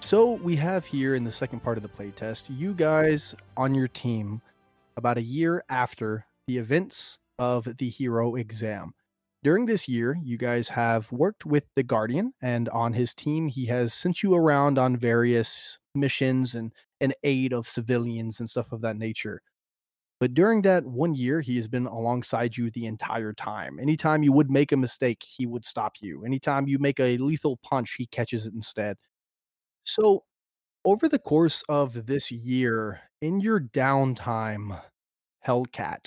So we have here in the second part of the playtest, you guys on your team about a year after the events of the hero exam. During this year, you guys have worked with the Guardian, and on his team, he has sent you around on various missions and an aid of civilians and stuff of that nature. But during that one year, he has been alongside you the entire time. Anytime you would make a mistake, he would stop you. Anytime you make a lethal punch, he catches it instead. So, over the course of this year, in your downtime, Hellcat,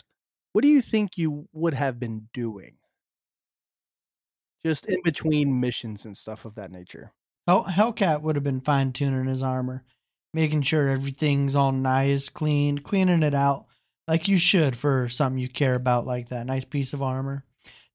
what do you think you would have been doing? Just in between missions and stuff of that nature. Oh, Hellcat would have been fine tuning his armor, making sure everything's all nice, clean, cleaning it out like you should for something you care about like that. Nice piece of armor.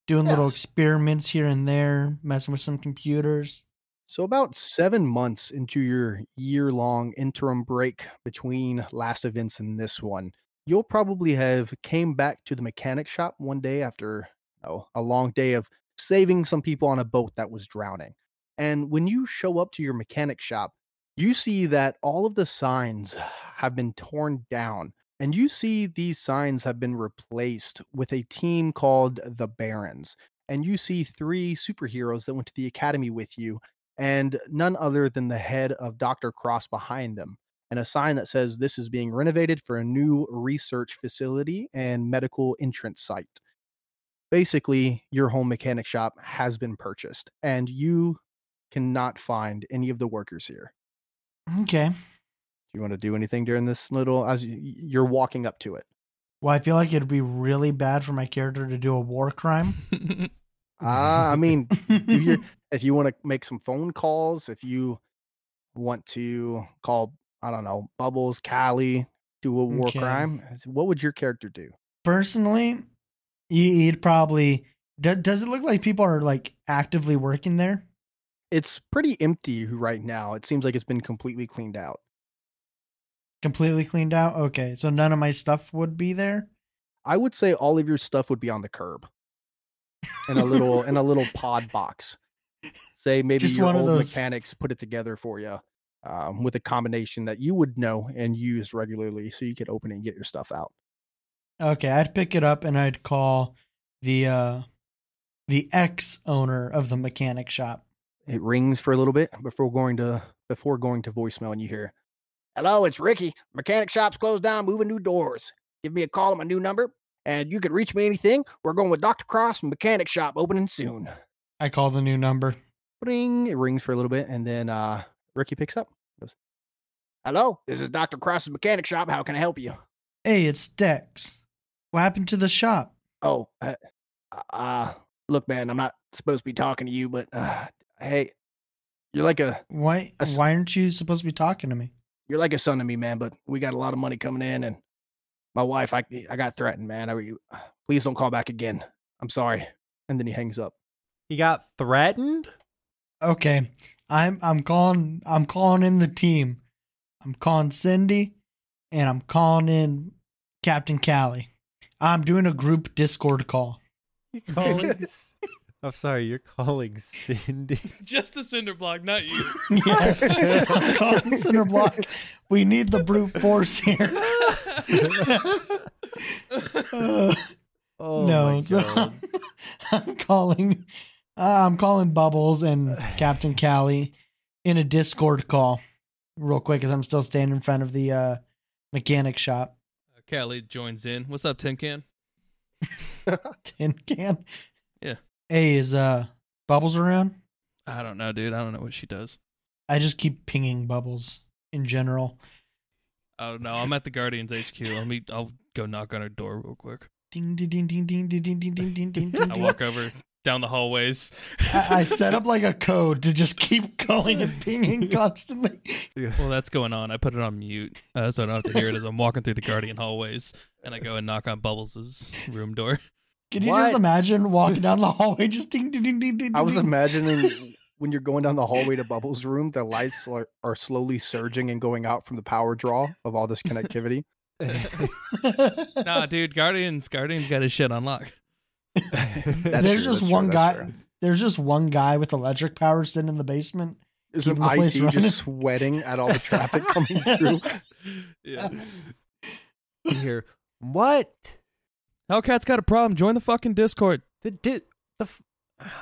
Doing little Yes. experiments here and there, messing with some computers. So, about seven months into your year long interim break between last events and this one, you'll probably have came back to the mechanic shop one day after you know, a long day of saving some people on a boat that was drowning. And when you show up to your mechanic shop, you see that all of the signs have been torn down. And you see these signs have been replaced with a team called the Barons. And you see three superheroes that went to the academy with you and none other than the head of Dr. Cross behind them, and a sign that says this is being renovated for a new research facility and medical entrance site. Basically, your home mechanic shop has been purchased, and you cannot find any of the workers here. Okay. Do you want to do anything during this little as y- y- you're walking up to it? Well, I feel like it'd be really bad for my character to do a war crime. Ah, I mean, do your, if you want to make some phone calls, if you want to call, I don't know, Bubbles, Callie, do a war Okay. crime, I said, what would your character do? Personally, you- you'd probably. do- Does it look like people are like actively working there? It's pretty empty right now. It seems like it's been completely cleaned out. Completely cleaned out? Okay. So none of my stuff would be there? I would say all of your stuff would be on the curb in a little in a little pod box. Say maybe Just your one of old those- mechanics put it together for you um, with a combination that you would know and use regularly, so you could open it and get your stuff out. Okay, I'd pick it up and I'd call the uh the ex owner of the mechanic shop. It rings for a little bit before going to before going to voicemail, and you hear, "Hello, it's Ricky. Mechanic shop's closed down, moving new doors. Give me a call on my new number, and you can reach me anything. We're going with Doctor Cross from Mechanic Shop, opening soon." I call the new number. Ring. It rings for a little bit, and then uh, Ricky picks up. Goes, "Hello, this is Doctor Cross's Mechanic Shop. How can I help you?" Hey, it's Dex. What happened to the shop? Oh, uh, uh look, man, I'm not supposed to be talking to you, but uh, hey, you're like a Why Us- why aren't you supposed to be talking to me? you're like a son to me, man. But we got a lot of money coming in, and my wife, I eh, I got threatened, man. I, re- please don't call back again. I'm sorry. And then he hangs up. he got threatened. Okay. I'm I'm calling I'm calling in the team. I'm calling Cindy and I'm calling in Captain Callie. I'm doing a group Discord call. You calling? S- I'm sorry, you're calling Cindy. Just the cinder block, not you. Yes. I'm calling Cinder Block. We need the brute force here. Uh, Oh no, my so God. I'm calling. Uh, I'm calling Bubbles and Captain Callie in a Discord call, real quick, because I'm still standing in front of the uh, mechanic shop. Callie joins in. What's up, Tin Can? Tin can. Yeah. Hey, is uh Bubbles around? I don't know, dude. I don't know what she does. I just keep pinging Bubbles in general. Oh no, I'm at the Guardians HQ. Let me. I'll go knock on her door real quick. Ding ding ding ding ding ding ding ding ding ding ding. I ding. walk over down the hallways. I, I set up like a code to just keep going and pinging constantly. Well, that's going on. I put it on mute uh, so I don't have to hear it as I'm walking through the Guardian hallways, and I go and knock on Bubbles' room door. Can you What? just imagine walking down the hallway just ding ding ding ding ding? I was ding? imagining when you're going down the hallway to Bubbles' room, the lights are, are slowly surging and going out from the power draw of all this connectivity. Nah, dude, Guardians, Guardians got his shit on lock. That's There's true, just that's true, one that's guy. true. There's just one guy with electric power sitting in the basement Is keeping an the IT place running. just sweating at all the traffic coming through? Yeah. You hear what? Hellcat's got a problem. Join the fucking Discord. The di- the f-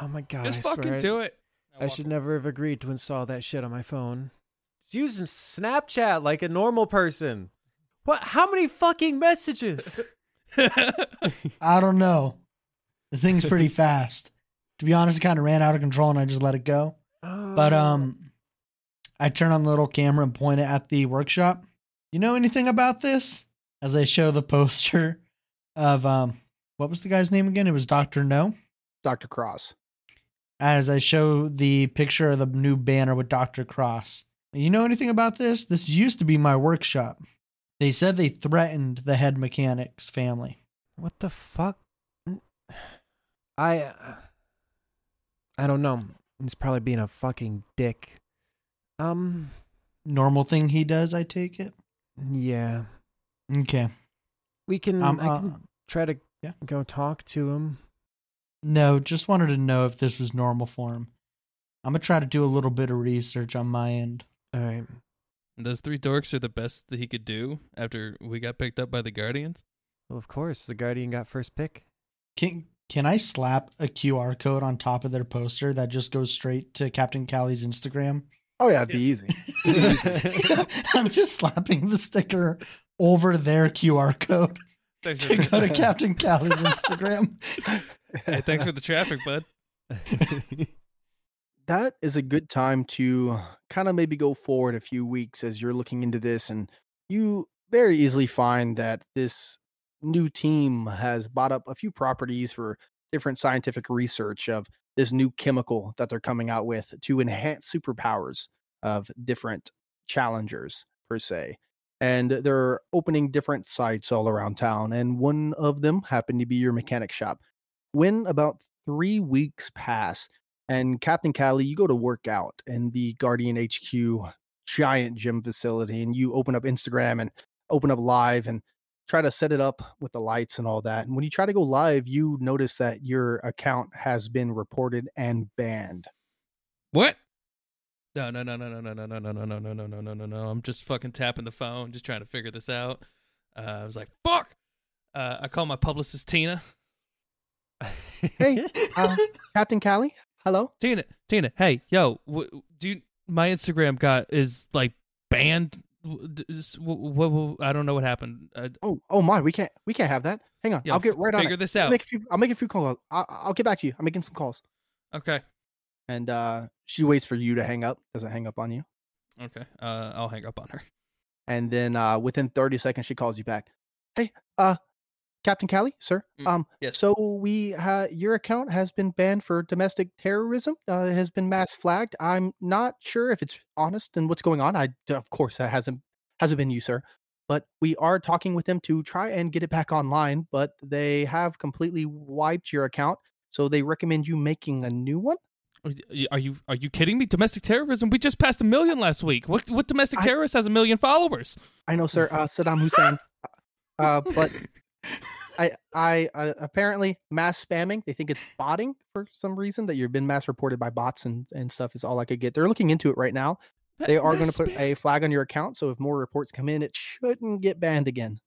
oh my god! Just I fucking swear, do it. I should never have agreed to install that shit on my phone. It's using Snapchat like a normal person. What? How many fucking messages? I don't know. The thing's pretty fast. To be honest, it kind of ran out of control and I just let it go. But um, I turn on the little camera and point it at the workshop. You know anything about this? As I show the poster of um, what was the guy's name again? It was Doctor No. Dr. Cross. As I show the picture of the new banner with Doctor Cross. You know anything about this? This used to be my workshop. They said they threatened the head mechanic's family. what the fuck? I I don't know. He's probably being a fucking dick. Um. Normal thing he does, I take it. Yeah. Okay. We can. Um, I uh, can try to yeah. go talk to him. No, just wanted to know if this was normal for him. I'm gonna try to do a little bit of research on my end. All right. Those three dorks are the best that he could do after we got picked up by the Guardians. Well, of course, the Guardian got first pick. Can can I slap a QR code on top of their poster that just goes straight to Captain Callie's Instagram? Oh yeah, it'd be easy. I'm just slapping the sticker over their QR code Thanks to go to Captain Callie's Instagram. hey, thanks for the traffic, bud. that is a good time to kind of maybe go forward a few weeks as you're looking into this and you very easily find that this new team has bought up a few properties for different scientific research of this new chemical that they're coming out with to enhance superpowers of different challengers per se and they're opening different sites all around town and one of them happened to be your mechanic shop when about 3 weeks pass and Captain Callie, you go to work out in the Guardian HQ giant gym facility and you open up Instagram and open up live and try to set it up with the lights and all that. And when you try to go live, you notice that your account has been reported and banned. What? No, no, no, no, no, no, no, no, no, no, no, no, no, no, no, no, no. I'm just fucking tapping the phone, just trying to figure this out. Uh, I was like, fuck. Uh, I call my publicist Tina. Hey, Um, uh, Captain Callie, hello? Tina, Tina, hey, yo, w- do you, my Instagram got is like banned. W- d- s- w- w- I don't know what happened. Uh, Oh, oh my, we can't, we can't have that. Hang on, yo, I'll get f- right on Figure it. this I'll out. make a few, I'll make a few calls. I'll, I'll get back to you. I'm making some calls. Okay, And uh, she waits for you to hang up. Doesn't hang up on you. okay. Uh, I'll hang up on her. and then uh, within 30 seconds she calls you back hey uh captain callie sir Mm, um yes. so we ha- your account has been banned for domestic terrorism uh, it has been Mm. mass flagged i'm not sure if it's honest and what's going on i d- of course that hasn't hasn't been you sir but we are talking with them to try and get it back online but they have completely wiped your account so they recommend you making a new one Are y- Are you are you kidding me? Domestic terrorism? We just passed a million last week. What what domestic I- terrorist has a million followers? I know, sir. Uh, Saddam Hussein. uh, but I, I uh, apparently mass spamming. They think it's botting for some reason that you've been mass reported by bots and, and stuff is all I could get. They're looking into it right now. They are going to Mass put spam- a flag on your account, so if more reports come in, it shouldn't get banned again.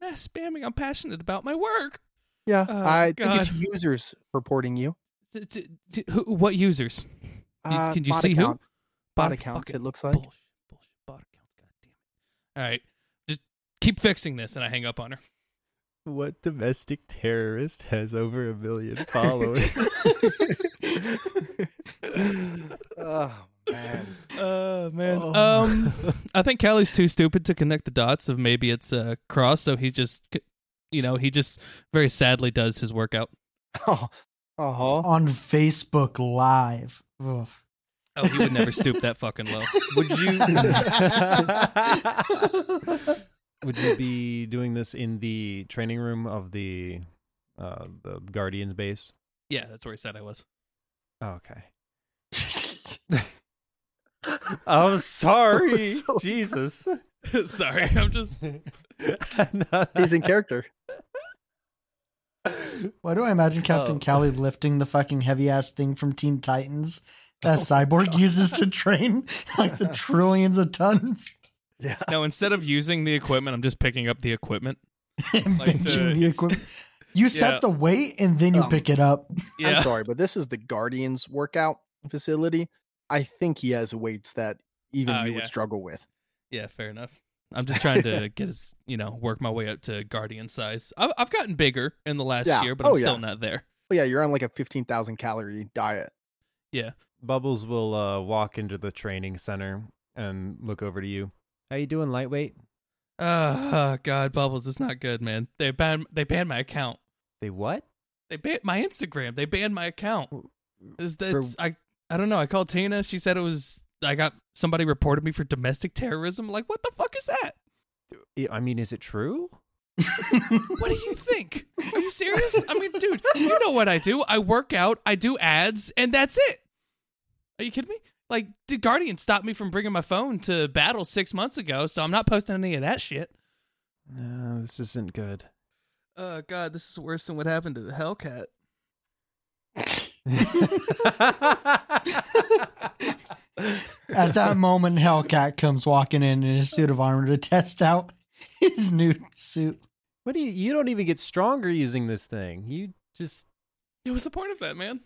mass spamming. I'm passionate about my work. Yeah, Oh, I think it's God. users reporting you. D- d- d- who, what users? Y- Uh, can you bot see who? accounts- Bot Bot accounts. fucking It looks like. Bullshit, bullshit, bot accounts. God damn it! All right, just keep fixing this, and I hang up on her. What domestic terrorist has over a million followers? oh man. Oh man. Oh. Um, I think Callie's too stupid to connect the dots of maybe it's uh, cross. So he just, c- you know, he just very sadly does his workout. Oh, uh-huh. on Facebook Live. Ugh. Oh, he would never stoop that fucking low. Would you? Would you be doing this in the training room of the uh, the Guardians base? Yeah, that's where he said I was. Oh, okay. I'm sorry, so- Jesus. Sorry, I'm just. He's in character. Why do I imagine Captain Oh. Callie lifting the fucking heavy ass thing from Teen Titans that cyborg uses to train like the trillions of tons. Yeah. Now instead of using the equipment, I'm just picking up the equipment. Invention the- the equipment. You set Yeah. the weight and then you Um, pick it up. Yeah. I'm sorry, but this is the Guardians workout facility. I think he has weights that even Oh, you yeah. would struggle with. Yeah, fair enough. I'm just trying to get as you know work my way up to guardian size. I've, I've gotten bigger in the last Yeah. year, but I'm Oh, still yeah. not there. But yeah, you're on like a 15,000 calorie diet. Bubbles will uh, walk into the training center and look over to you. How you doing, lightweight? Uh, oh God, bubbles, it's not good, man. They banned they banned my account. They what? They banned my Instagram. They banned my account. Is that For- I? I don't know. I called Tina. She said it was. I got somebody reported me for domestic terrorism. Like, what the fuck is that? I- I mean, is it true? What do you think? Are you serious? I mean, dude, you know what I do. I work out, I do ads, and that's it. Are you kidding me? Like, the Guardian stopped me from bringing my phone to battle six months ago, so I'm not posting any of that shit. No, this isn't good. Oh, God, this is worse than what happened to Hellcat. At that moment, Hellcat comes walking in in his suit of armor to test out his new suit. What do you? You don't even get stronger using this thing. You just Yeah, what's the point of that, man?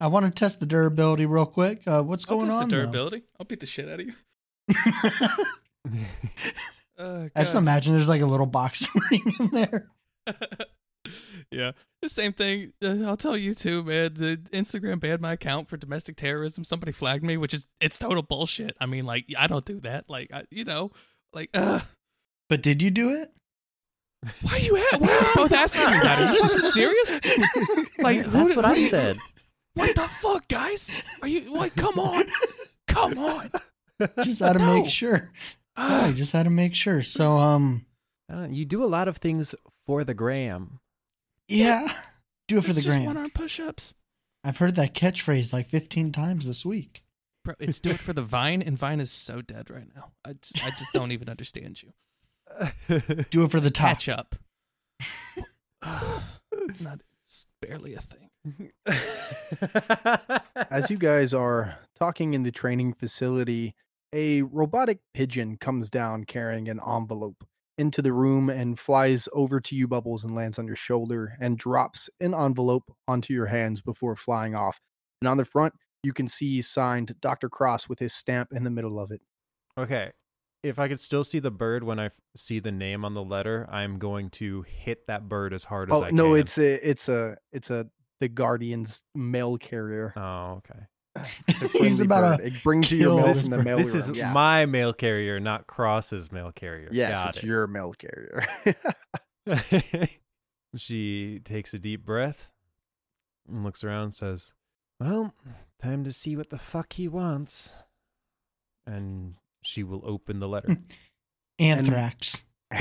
I want to test the durability real quick. Uh, what's I'll going test on? the though? durability. I'll beat the shit out of you. Oh, I just God. imagine there's like a little boxing ring in there. yeah. The same thing. uh, I'll tell you too, man. The Instagram banned my account for domestic terrorism. Somebody flagged me, which is it's total bullshit. I mean, like I don't do that. Like I, you know, like uh, But did you do it? why are you at? Why are you both asking me that? Are you fucking serious? Like who that's did- what who I did- said. What the fuck, guys? Are you like? Come on, come on. Just had to No. make sure. Sorry, Uh, just had to make sure. So, um, I don't, you do a lot of things for the gram. yeah, do it for it's the just gram. one arm push-ups. I've heard that catchphrase like 15 times this week. Bro, it's do it for the vine, and vine is so dead right now. I just, I just don't even understand you. Do it for the top. catch up. it's not it's barely a thing. As you guys are talking in the training facility, a robotic pigeon comes down carrying an envelope into the room and flies over to you, Bubbles, and lands on your shoulder and drops an envelope onto your hands before flying off. And on the front, you can see signed Dr. Cross with his stamp in the middle of it. okay, if I could still see the bird when I f- see the name on the letter, I'm going to hit that bird as hard as Oh I can. no, it's a it's a it's a the Guardian's mail carrier. Oh, okay. It's a He's friendly bird. about to it brings you your kill mail this in the bird. mail this is room. yeah. my mail carrier, not Cross's mail carrier. yes, Got it's it. your mail carrier. she takes a deep breath and looks around and says, Well, time to see what the fuck he wants. And she will open the letter. anthrax. you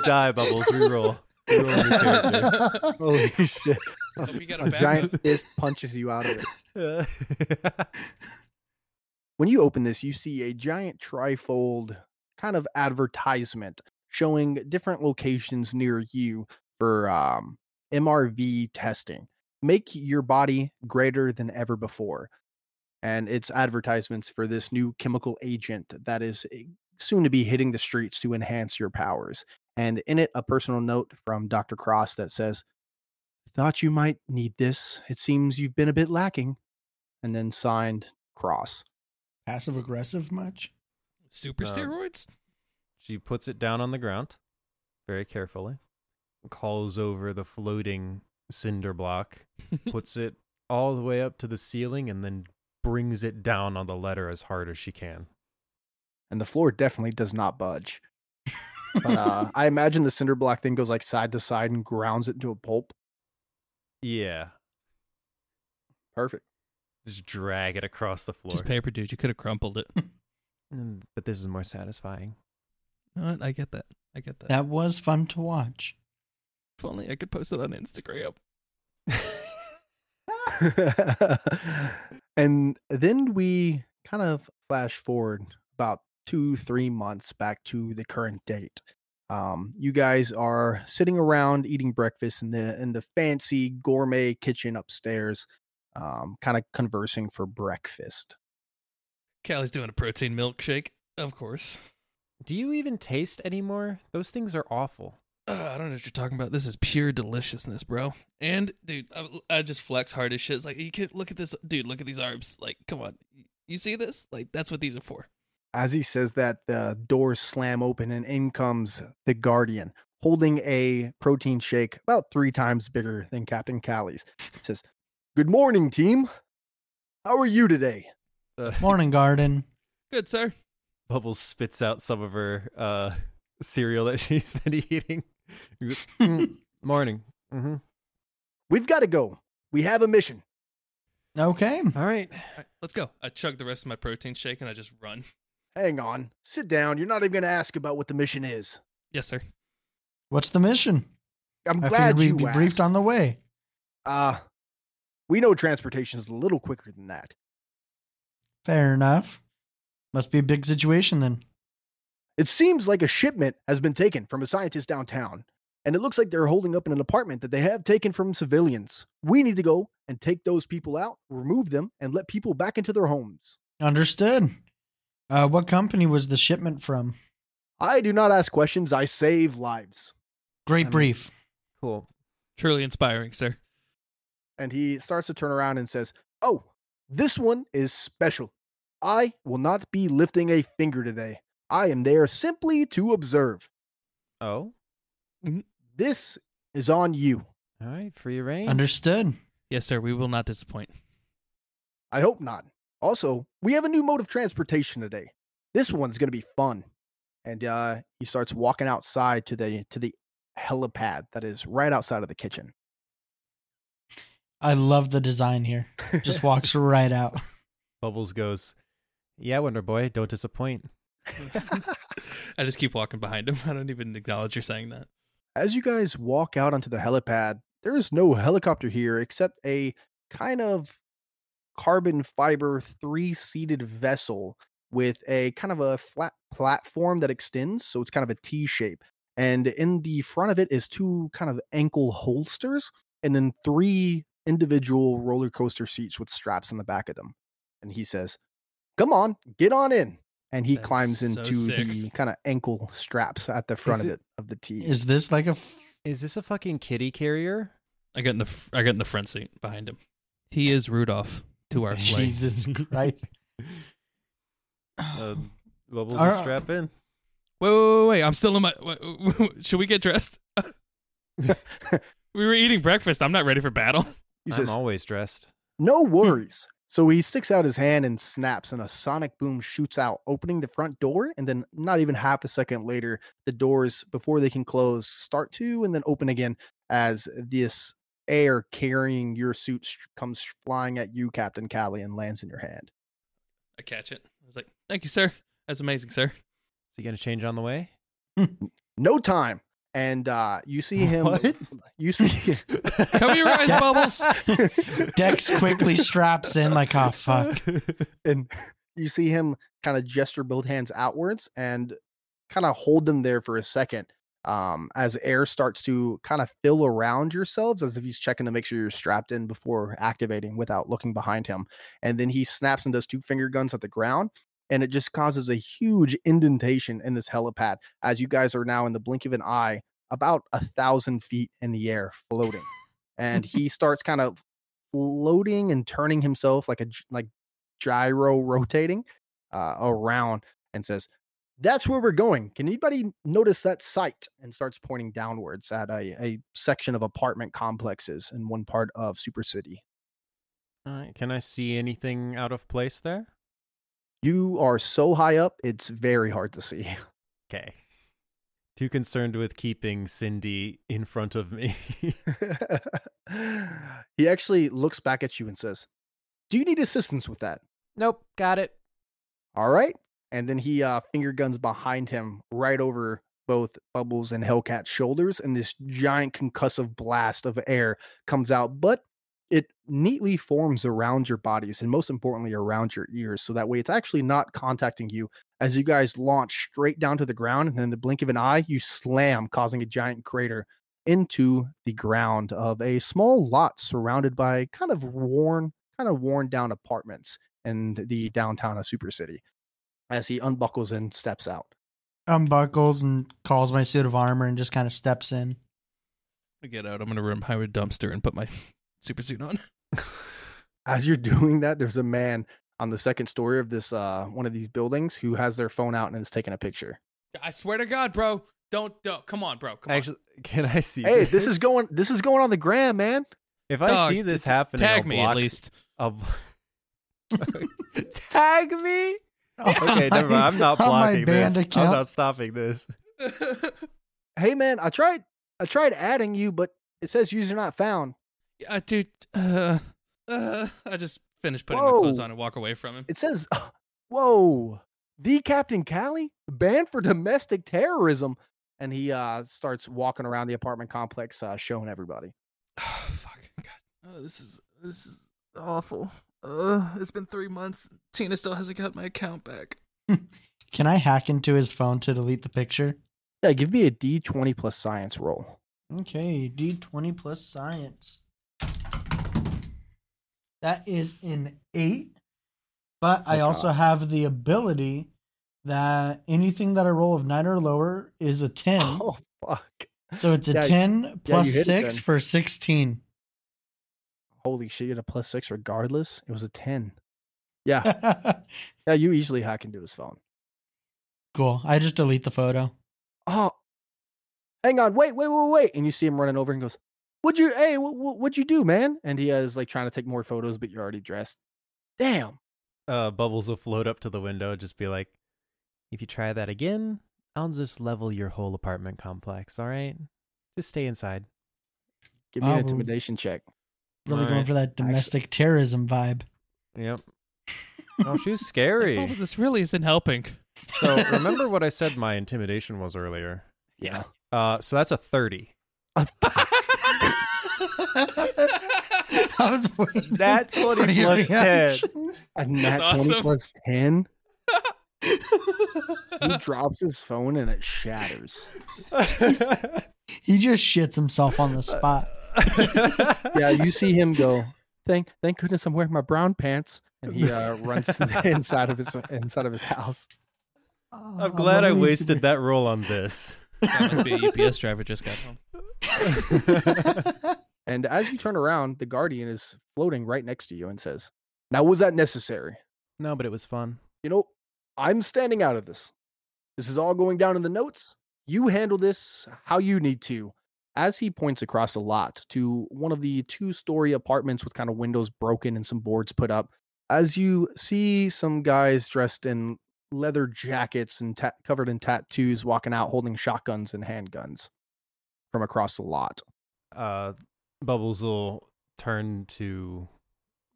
die, Bubbles. Reroll. Reroll your character. Holy shit. Oh, we got a a backup. giant fist punches you out of it. When you open this, you see a giant trifold kind of advertisement showing different locations near you for um, MRV testing. Make your body greater than ever before. And it's advertisements for this new chemical agent that is eh, soon to be hitting the streets to enhance your powers. And in it, a personal note from Dr. Cross that says, Thought you might need this. It seems you've been a bit lacking. And then signed Cross. Passive aggressive much? Super Um, steroids? She puts it down on the ground very carefully, calls over the floating cinder block, puts it all the way up to the ceiling, and then brings it down on the letter as hard as she can. and the floor definitely does not budge. But uh, I imagine the cinder block thing goes like side to side and grounds it into a pulp. Yeah. Perfect. Just drag it across the floor. Just paper, dude. You could have crumpled it. Mm, but this is more satisfying. You know what? I get that. I get that. that was fun to watch. If only I could post it on Instagram. and then we kind of flash forward about two, three months back to the current date. Um, you guys are sitting around eating breakfast in the in the fancy gourmet kitchen upstairs. um, kind of conversing for breakfast. Callie's doing a protein milkshake, of course. Do you even taste anymore? Those things are awful. Uh, I don't know what you're talking about. This is pure deliciousness, bro. And dude, I, I just flex hard as shit. It's like you can look at this, dude. Look at these arms. Like, come on, you see this? Like, that's what these are for. As he says that, the doors slam open and in comes the Guardian holding a protein shake about three times bigger than Captain Callie's. He says, Good morning, team. How are you today? Uh, Morning Garden. Good sir. Bubbles spits out some of her uh, cereal that she's been eating. Morning. Mm-hmm. We've got to go. We have a mission. Okay. All right. All right, let's go. I chug the rest of my protein shake and I just run. Hang on. Sit down. You're not even going to ask about what the mission is. Yes, sir. What's the mission? I'm I glad figured we'd you be asked. briefed on the way. Uh, we know transportation is a little quicker than that. Fair enough. Must be a big situation then. It seems like a shipment has been taken from a scientist downtown, and it looks like they're holding up in an apartment that they have taken from civilians. We need to go and take those people out, remove them, and let people back into their homes. Understood. Uh, what company was the shipment from? I do not ask questions, I save lives. Great I'm- brief. Cool. Truly inspiring, sir. And he starts to turn around and says, Oh, this one is special. I will not be lifting a finger today. I am there simply to observe. Oh, This is on you. all right. Free reign. Understood. Yes, sir. We will not disappoint. I hope not. Also, we have a new mode of transportation today. This one's gonna be fun. And uh, he starts walking outside to the to the helipad that is right outside of the kitchen. I love the design here. Just walks right out. Bubbles goes, Yeah, Wonder Boy, don't disappoint. I just keep walking behind him. I don't even acknowledge you're saying that. As you guys walk out onto the helipad, there is no helicopter here except a kind of carbon fiber three seated vessel with a kind of a flat platform that extends. So it's kind of a T shape. And in the front of it is two kind of ankle holsters and then three individual roller coaster seats with straps on the back of them. And he says, Come on, get on in. And he That's climbs so into sick. the kind of ankle straps at the front of it- it of the T. Is this like a f- Is this a fucking kitty carrier? I get in the fr- I get in the front seat behind him. He is Rudolph to our sleigh. Jesus Christ? Uh, Bubbles, All will right. strap in. Wait, wait, wait, wait. I'm still in my. Wait, wait, wait, should we get dressed? we were eating breakfast. I'm not ready for battle. He I'm says, always dressed. No worries. so he sticks out his hand and snaps, and a sonic boom shoots out, opening the front door. And then, not even half a second later, the doors, before they can close, start to and then open again as this air carrying your suit sh- comes flying at you, Captain Callie, and lands in your hand. I catch it. I was like, "Thank you, sir. That's amazing, sir." Is he going to change on the way? No time. And uh, you see him. What? You see. Cover your eyes, Bubbles. Dex quickly straps in like, oh fuck. and you see him kind of gesture both hands outwards and kind of hold them there for a second um, as air starts to kind of fill around yourselves as if he's checking to make sure you're strapped in before activating without looking behind him and then he snaps and does two finger guns at the ground and it just causes a huge indentation in this helipad as you guys are now in the blink of an eye about a thousand feet in the air floating and he starts kind of floating and turning himself like a gy- like gyro rotating uh, around and says, "That's where we're going." Can anybody notice that site? And starts pointing downwards at a, a section of apartment complexes in one part of Super City. All right. Can I see anything out of place there? You are so high up; it's very hard to see. Okay. Too concerned with keeping Cindy in front of me. he actually looks back at you and says, "Do you need assistance with that?" nope. Got it. All right. And then he uh, finger guns behind him, right over both Bubbles and Hellcat's shoulders. And this giant concussive blast of air comes out, but it neatly forms around your bodies and most importantly, around your ears. So that way it's actually not contacting you as you guys launch straight down to the ground. And in the blink of an eye, you slam, causing a giant crater into the ground of a small lot surrounded by kind of worn kind of worn down apartments in the downtown of Super City as he unbuckles and steps out. Unbuckles and calls my suit of armor and just kind of steps in. I get out. I'm gonna run behind a dumpster and put my super suit on. As you're doing that, there's a man on the second story of this uh, one of these buildings who has their phone out and is taking a picture. I swear to God, bro. Don't don't come on, bro. Come on. Actually, can I see? Hey, this is going this is going on the gram, man. If I Dog, see this t- happening, Tag I'll me block- at least. I'll- tag me. Okay, never mind. I'm not On my blocking band this. account. I'm not stopping this. Hey man, I tried I tried adding you, but it says user not found. Yeah, dude. Uh, uh, I just finished putting my Whoa. clothes on and walk away from him. It says whoa, the Captain Cali banned for domestic terrorism. And he uh, starts walking around the apartment complex, uh, showing everybody. Oh, fuck. God. Oh, this is this is awful. Uh, it's been three months. Tina still hasn't got my account back. Can I hack into his phone to delete the picture? Yeah, give me a D twenty plus science roll. Okay, D20 plus science. That is an eight, but I Okay. also have the ability that anything that I roll of nine or lower is a 10. Oh fuck! So it's a Yeah, 10 plus hit it six then. for 16. Holy shit! You had a plus six regardless. It was a ten. Yeah, yeah. You easily hack into his phone. cool. I just delete the photo. oh, hang on, wait, wait, wait, wait. And you see him running over and goes, what'd you, hey, what, what'd you do, man? And he uh, is like trying to take more photos, but you're already dressed. Damn. Uh, Bubbles will float up to the window and just be like, "If you try that again, I'll just level your whole apartment complex. All right, just stay inside." Give me an Oh, well, intimidation check. Really All going right. for that domestic terrorism vibe. Yep. Oh, she's Oh, scary. this really isn't helping. so remember what I said my intimidation was earlier. Yeah. Uh, so that's a thirty. I was waiting That for 20 your plus 10. reaction. A nat awesome. 20 plus 10. He drops his phone and it shatters. He just shits himself on the spot. Yeah, you see him go, thank, thank goodness I'm wearing my brown pants. And he uh, runs to the inside of his inside of his house. Oh, I'm glad I wasted that roll on this. that must be a UPS driver just got home. And as you turn around, the guardian is floating right next to you and says, "Now was that necessary?" No, but it was fun. you know, I'm standing out of this. This is all going down in the notes. You handle this how you need to. As he points across a lot to one of the two story apartments with kind of windows broken and some boards put up, as you see some guys dressed in leather jackets and ta- covered in tattoos walking out holding shotguns and handguns from across the lot. uh, Bubbles will turn to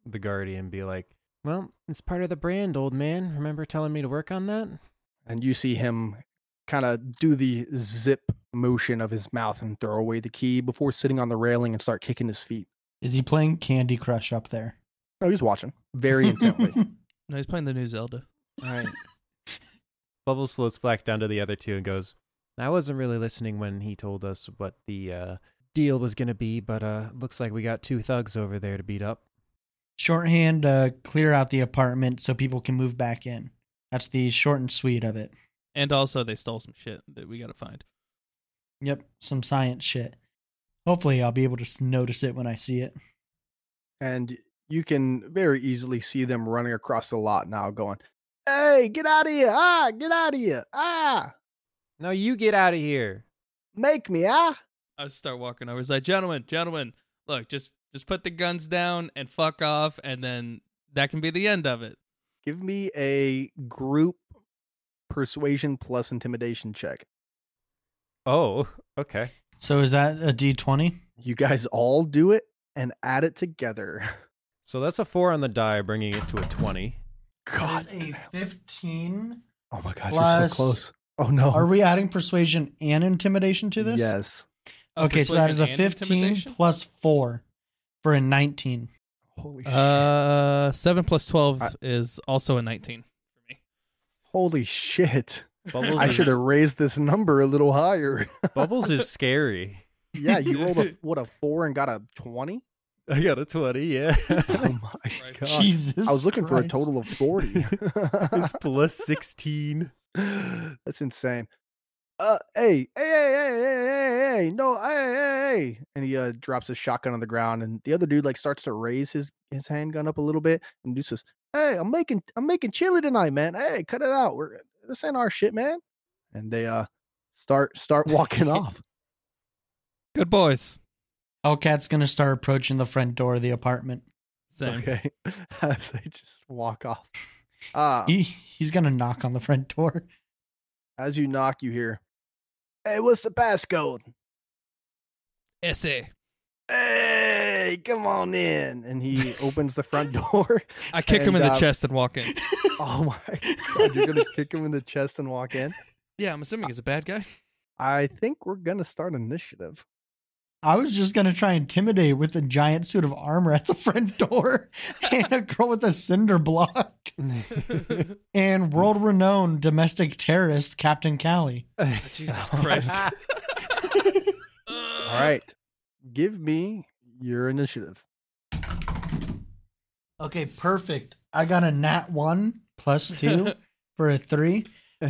the Guardian and be like, Well, it's part of the brand, old man. Remember telling me to work on that? and you see him kind of do the zip motion of his mouth and throw away the key before sitting on the railing and start kicking his feet. Is he playing Candy Crush up there? Oh, he's watching very intently. No, he's playing the new Zelda. All right. Bubbles floats back down to the other two and goes, I wasn't really listening when he told us what the uh, deal was going to be, but uh, looks like we got two thugs over there to beat up. Shorthand, uh, clear out the apartment so people can move back in. That's the short and sweet of it. And also, they stole some shit that we gotta find. Yep, some science shit. Hopefully, I'll be able to s- notice it when I see it. and you can very easily see them running across the lot now going, Hey, get out of here. Ah, get out of here. Ah, No, you get out of here. make me. Ah. I start walking over. It's like, gentlemen, gentlemen, look, just just put the guns down and fuck off, and then that can be the end of it. Give me a group persuasion plus intimidation check. Oh, okay. So, is that a D20? You guys all do it and add it together. So that's a four on the die, bringing it to a 20. God. That is a 15. Oh my God, you're plus- so close. Oh no. Are we adding persuasion and intimidation to this? Yes. Uh, Okay, so that is a persuasion and 15 intimidation? plus 4 for a 19. Holy Uh, seven plus twelve I- is also a nineteen. Holy shit. Bubbles, I is, should have raised this number a little higher. Bubbles is scary. yeah, you rolled a what a 4 and got a 20? I got a 20, yeah. Oh my Christ. god! Jesus. I was looking for a Christ. total of forty. it's plus 16. That's insane. Uh, hey, hey, hey, hey, hey, hey, hey, no, hey, hey, hey, and he uh, drops his shotgun on the ground, and the other dude like starts to raise his his handgun up a little bit, and dude says, "Hey, I'm making I'm making chili tonight, man. Hey, cut it out. We're this ain't our shit, man." And they uh start start walking off. Good boys. Hellcat's Oh, gonna start approaching the front door of the apartment. Same. Okay, as they just walk off. Uh, He he's gonna knock on the front door. as you knock, you hear, "Hey, what's the passcode?" Essay. Hey, come on in. And he opens the front door. I kick him And, in the uh, chest and walk in. Oh my god, you're gonna kick him in the chest and walk in. Yeah, I'm assuming he's a bad guy. I think we're gonna start initiative. I was just gonna try and intimidate with a giant suit of armor at the front door and a girl with a cinder block Uh, and world renowned domestic terrorist Captain Callie. Jesus Christ. All right. Give me your initiative. Okay, perfect. I got a nat one plus two for a three.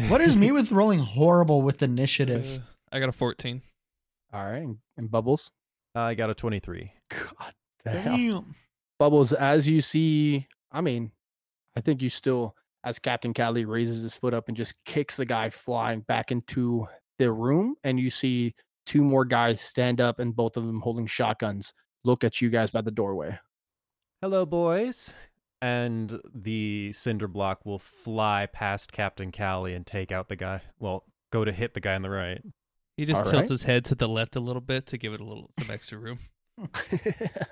What is me with rolling horrible with initiative? Uh, I got a 14. All right. And, and Bubbles. I got a 23. God Damn. Bubbles, as you see, I mean, I think you still, as Captain Cali raises his foot up and just kicks the guy flying back into the room, and you see two more guys stand up and both of them holding shotguns look at you guys by the doorway. Hello, boys. And the cinder block will fly past Captain Callie and take out the guy. Well, go to hit the guy on the right. He just All tilts right. his head to the left a little bit to give it a little some extra room.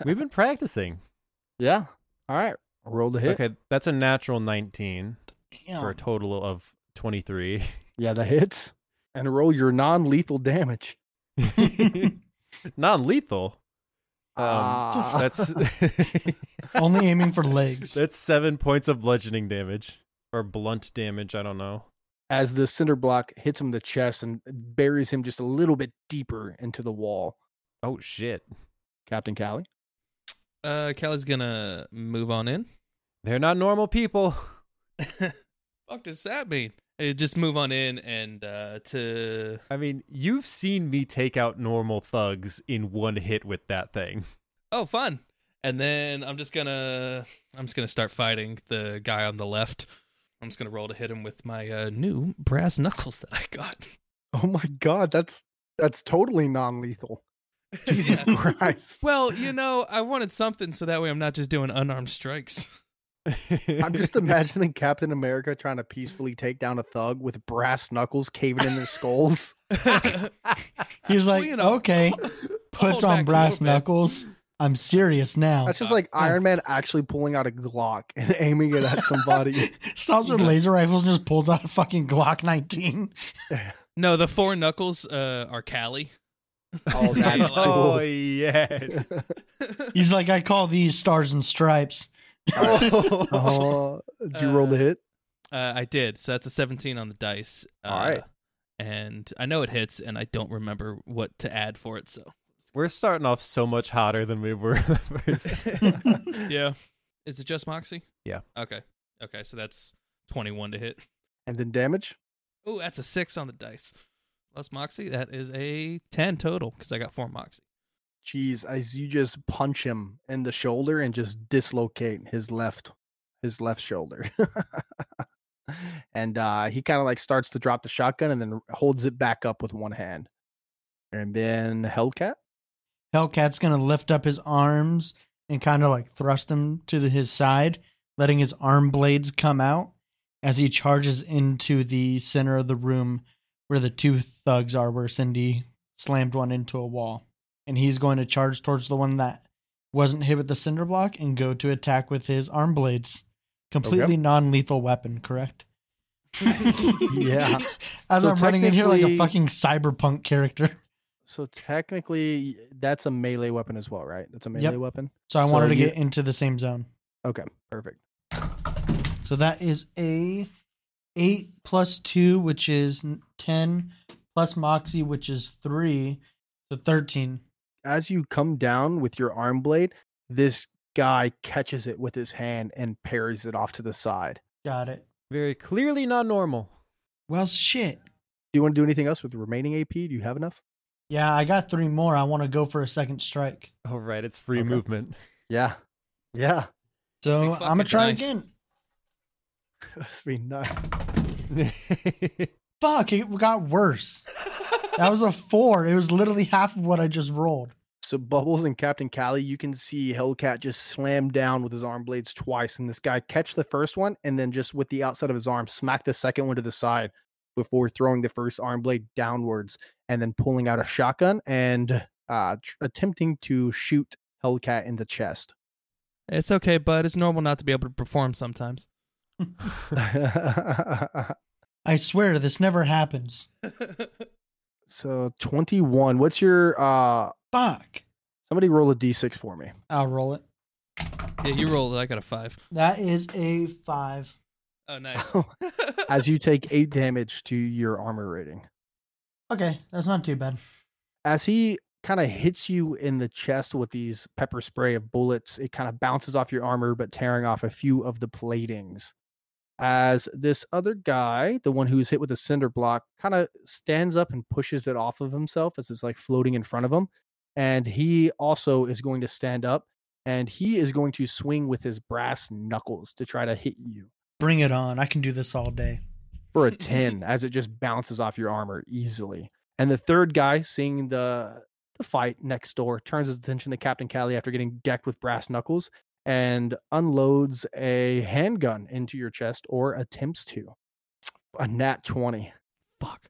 We've been practicing. yeah. All right. Roll the hit. Okay, that's a natural 19 for Damn. a total of 23. Yeah, that hits. And roll your non lethal damage. Non lethal. Um, Ah. that's Only aiming for legs. that's seven points of bludgeoning damage or blunt damage. I don't know. as the cinder block hits him in the chest and buries him just a little bit deeper into the wall. Oh shit! Captain Cali. Uh, Kelly's gonna move on in. They're not normal people. Fuck does that mean? Uh, just move on in and uh, to I mean, you've seen me take out normal thugs in one hit with that thing. oh fun. And then I'm just gonna I'm just gonna start fighting the guy on the left. I'm just gonna roll to hit him with my uh, new brass knuckles that I got. Oh my god, that's that's totally non-lethal. Jesus Yeah. Christ. Well, you know, I wanted something so that way I'm not just doing unarmed strikes. I'm just imagining Captain America trying to peacefully take down a thug with brass knuckles caving in their skulls. He's like, you know, okay, puts hold back on a brass little bit. knuckles. I'm serious now. That's just like Iron Man actually pulling out a Glock and aiming it at somebody. Stops with laser rifles and just pulls out a fucking Glock 19. No, the four knuckles uh, are Callie. oh, that's cool. oh yes. He's like, I call these stars and stripes. Oh, did you roll the Uh, hit? Uh, I did. So that's a 17 on the dice. Uh, All right. And I know it hits, and I don't remember what to add for it. So We're starting off so much hotter than we were the first. yeah, is it just Moxie? Yeah. Okay. Okay. So that's 21 to hit. And then damage? Oh, that's a six on the dice. Plus Moxie, that is a 10 total because I got four Moxie. Jeez, as you just punch him in the shoulder and just dislocate his left his left shoulder. and uh he kind of like starts to drop the shotgun and then holds it back up with one hand. And then Hellcat? Hellcat's going to lift up his arms and kind of like thrust them to the, his side, letting his arm blades come out as he charges into the center of the room where the two thugs are, where Cindy slammed one into a wall. And he's going to charge towards the one that wasn't hit with the cinder block and go to attack with his arm blades. Completely non lethal weapon, correct? Yeah. As So I'm running in here like technically- a fucking cyberpunk character. So technically that's a melee weapon as well, right? That's a melee weapon. So I So wanted to you- get into the same zone. Okay, perfect. So that is a eight plus two, which is n- ten, plus Moxie, which is three, so thirteen. As you come down with your arm blade, This guy catches it with his hand and parries it off to the side. Got it. Very clearly not normal. Well, shit. Do you want to do anything else with the remaining AP? Do you have enough? Yeah, I got three more. I want to go for a second strike. All right, it's free Okay. movement. Yeah. Yeah. Just be So I'm fucking gonna try nice. again. That's be nuts. Fuck! It got worse. that was a four. It was literally half of what I just rolled. So Bubbles and Captain Callie, you can see Hellcat just slam down with his arm blades twice, and this guy catch the first one and then just with the outside of his arm smack the second one to the side before throwing the first arm blade downwards and then pulling out a shotgun and uh, tr- attempting to shoot Hellcat in the chest. It's okay, bud. It's normal not to be able to perform sometimes. I swear this never happens. so twenty-one. What's your uh? Fuck! Somebody roll a d6 for me. I'll roll it. Yeah, you rolled it. I got a five. That is a five. Oh, nice. As you take eight damage to your armor rating. Okay, that's not too bad. as he kind of hits you in the chest with these pepper spray of bullets, it kind of bounces off your armor, but tearing off a few of the platings. As this other guy, the one who's hit with the cinder block, kind of stands up and pushes it off of himself as it's like floating in front of him. And he also is going to stand up and he is going to swing with his brass knuckles to try to hit you Bring it on. I can do this all day. for a 10 as it just bounces off your armor easily. And the third guy, seeing the the fight next door, turns his attention to Captain Callie after getting decked with brass knuckles and unloads a handgun into your chest or attempts to. A nat 20. Fuck.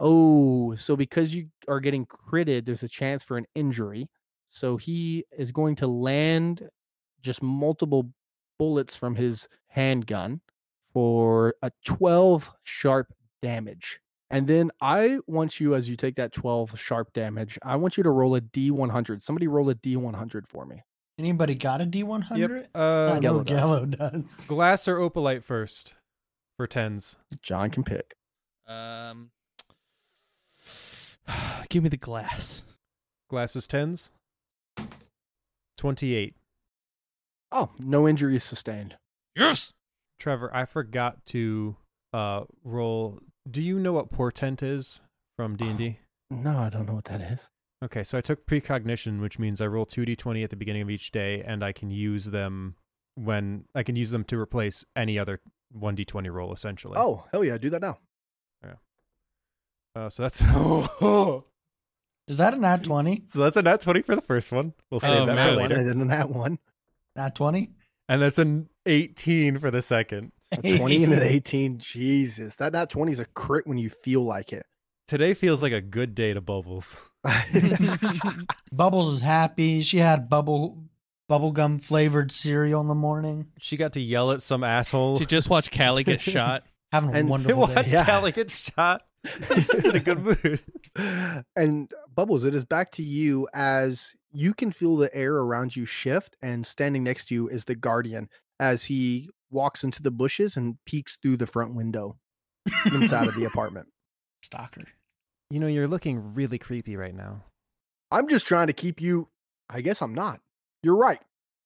Oh, so because you are getting critted, there's a chance for an injury. So he is going to land just multiple bullets from his handgun for a 12 sharp damage. And then I want you, as you take that 12 sharp damage, I want you to roll a D100. Somebody roll a D100 for me. Anybody got a D one hundred? I Uh, know Gallo does. Gallo does. glass or opalite first for tens. John can pick. Um, give me the glass. Glass is tens. Twenty-eight. Oh, no injuries sustained. Yes. Trevor, I forgot to uh roll. Do you know what portent is from D and D? No, I don't know what that is. Okay, so I took precognition, which means I roll 2d20 at the beginning of each day, and I can use them when I can use them to replace any other 1d20 roll, essentially. Oh, hell yeah, do that now. Uh, so that's so Is that a nat twenty? that's a nat 20 for the first one. We'll save Oh, that man. for later. And then that one. Nat twenty? And that's an 18 for the second. A 20 and an 18. Jesus. That that 20 is a crit when you feel like it. Today feels like a good day to bubbles. Bubbles is happy. She had bubble bubblegum flavored cereal in the morning. She got to yell at some asshole. she just watched Callie get shot. Having a And- wonderful watched day. Yeah. Callie get shot. She's in a good mood. and Bubbles, it is back to you as you can feel the air around you shift, and standing next to you is the guardian as he walks into the bushes and peeks through the front window inside of the apartment. Stalker. You know, you're looking really creepy right now. I'm just trying to keep you. I guess I'm not. You're right.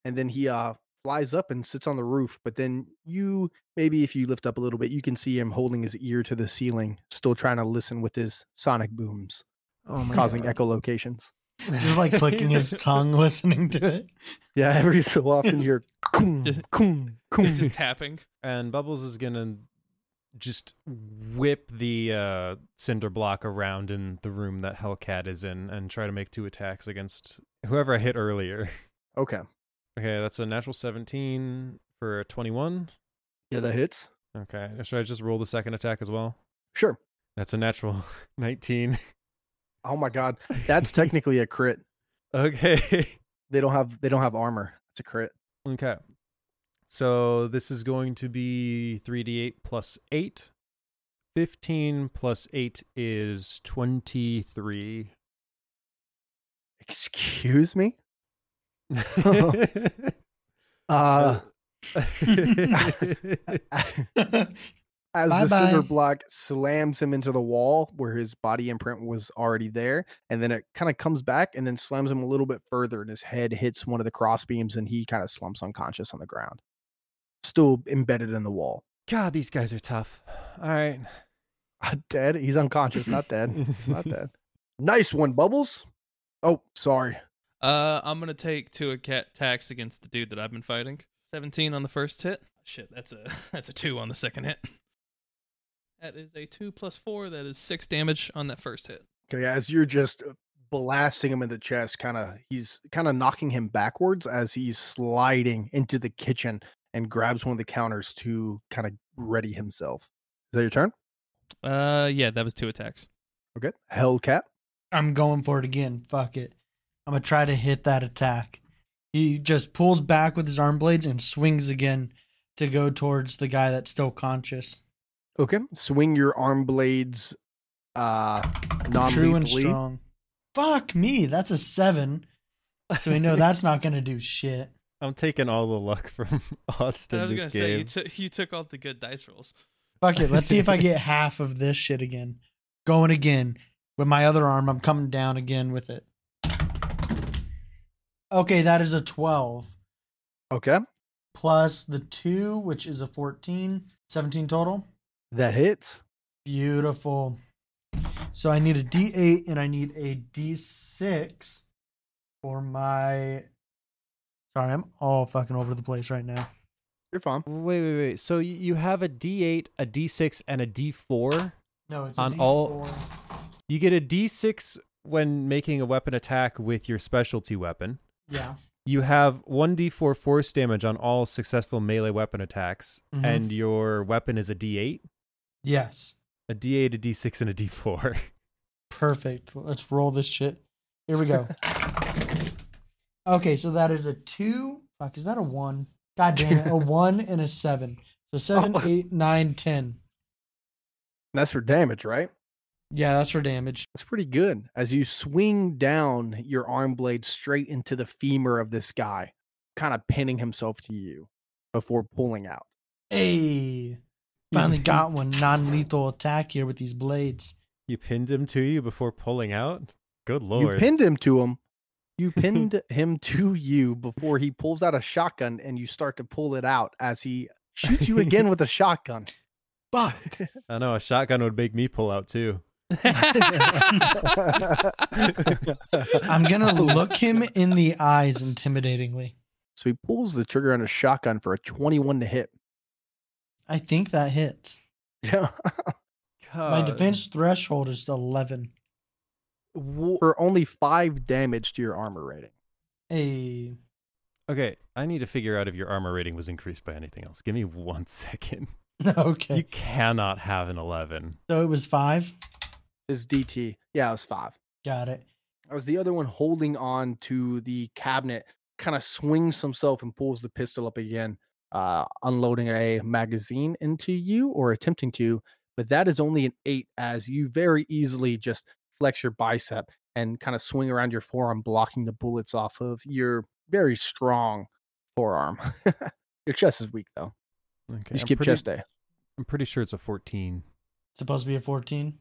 And then he uh flies up and sits on the roof, but then you maybe if you lift up a little bit, you can see him holding his ear to the ceiling, still trying to listen with his sonic booms, Oh my causing God. echolocations. Just like clicking his tongue, listening to it. Yeah, every so often you're coom, Just- coom, coom. It's just tapping. and Bubbles is gonna just whip the uh, cinder block around in the room that Hellcat is in and try to make two attacks against whoever I hit earlier. Okay. Okay, that's a natural 17 for a 21. Yeah, that hits. Okay, should I just roll the second attack as well? Sure. That's a natural 19. Oh my god. That's technically a crit. okay. They don't have they don't have armor. It's a crit. Okay. So this is going to be 3d8 plus 8. 15 plus 8 is 23. Excuse me? Uh I I Oh, as the Bye-bye. cinder block slams him into the wall where his body imprint was already there. And then it kind of comes back and then slams him a little bit further, and his head hits one of the crossbeams and he kind of slumps unconscious on the ground, still embedded in the wall. God, these guys are tough. All right. dead. He's unconscious, not dead. It's not dead. Nice one, Bubbles. Oh, sorry. Uh, I'm gonna take two attacks against the dude that I've been fighting. 17 on the first hit. Shit, that's a that's a two on the second hit. That is a two plus four. That is six damage on that first hit. Okay, as you're just uh, blasting him in the chest, kind of he's kind of knocking him backwards as he's sliding into the kitchen and grabs one of the counters to kind of ready himself. Is that your turn? Uh, yeah, that was two attacks. Okay. Hellcat. I'm going for it again. Fuck it. I'm gonna try to hit that attack. He just pulls back with his arm blades and swings again to go towards the guy that's still conscious. Okay. Swing your arm blades uh non True and strong. Fuck me, that's a seven. So we know that's not gonna do shit. I'm taking all the luck from I Austin was this gonna say you, game. took you took all the good dice rolls. Fuck it. Let's see if I get half of this shit again. Going again with my other arm. I'm coming down again with it. Okay, that is a 12 Okay. plus the 2, which is a 14. 17 total. That hits. Beautiful. So I need a D8 and I need a D6 for my. Sorry, I'm all fucking over the place right now. You're fine. wait, wait, wait. So y- you have a D8, a D6, and a D4. No, it's a On D4. all- You get a D6 when making a weapon attack with your specialty weapon. Yeah. You have 1d4 force damage on all successful melee weapon attacks, Mhm. and your weapon is a d8, Yes. a d8, a d6, and a d4. Perfect. Let's roll this shit. Here we go. okay, so that is a two. Fuck, is that a one? God damn it. A one and a seven. So seven, Oh. eight, nine, ten. That's for damage, right? Yeah, that's for damage. That's pretty good. As you swing down your arm blade straight into the femur of this guy, kind of pinning himself to you before pulling out. Hey. Finally got one non lethal attack here with these blades. you pinned him to you before pulling out? Good lord. You pinned him to him. You pinned him to you before he pulls out a shotgun and you start to pull it out as he shoots you again with a shotgun. Fuck. I know, a shotgun would make me pull out too. I'm going to look him in the eyes intimidatingly. So he pulls the trigger on a shotgun for a 21 to hit. I think that hits. Yeah. My God. defense threshold is 11. For only five damage to your armor rating. Hey. Okay, I need to figure out if your armor rating was increased by anything else. Give me one second. Okay. You cannot have an 11. So it was five. His DT. Yeah, it was five. Got it. I was the other one holding on to the cabinet, kind of swings himself and pulls the pistol up again, uh, unloading a magazine into you or attempting to. But that is only an eight, as you very easily just flex your bicep and kind of swing around your forearm, blocking the bullets off of your very strong forearm. your chest is weak, though. Okay. You I'm skip pretty- chest day. I'm pretty sure it's a 14. supposed to be a 14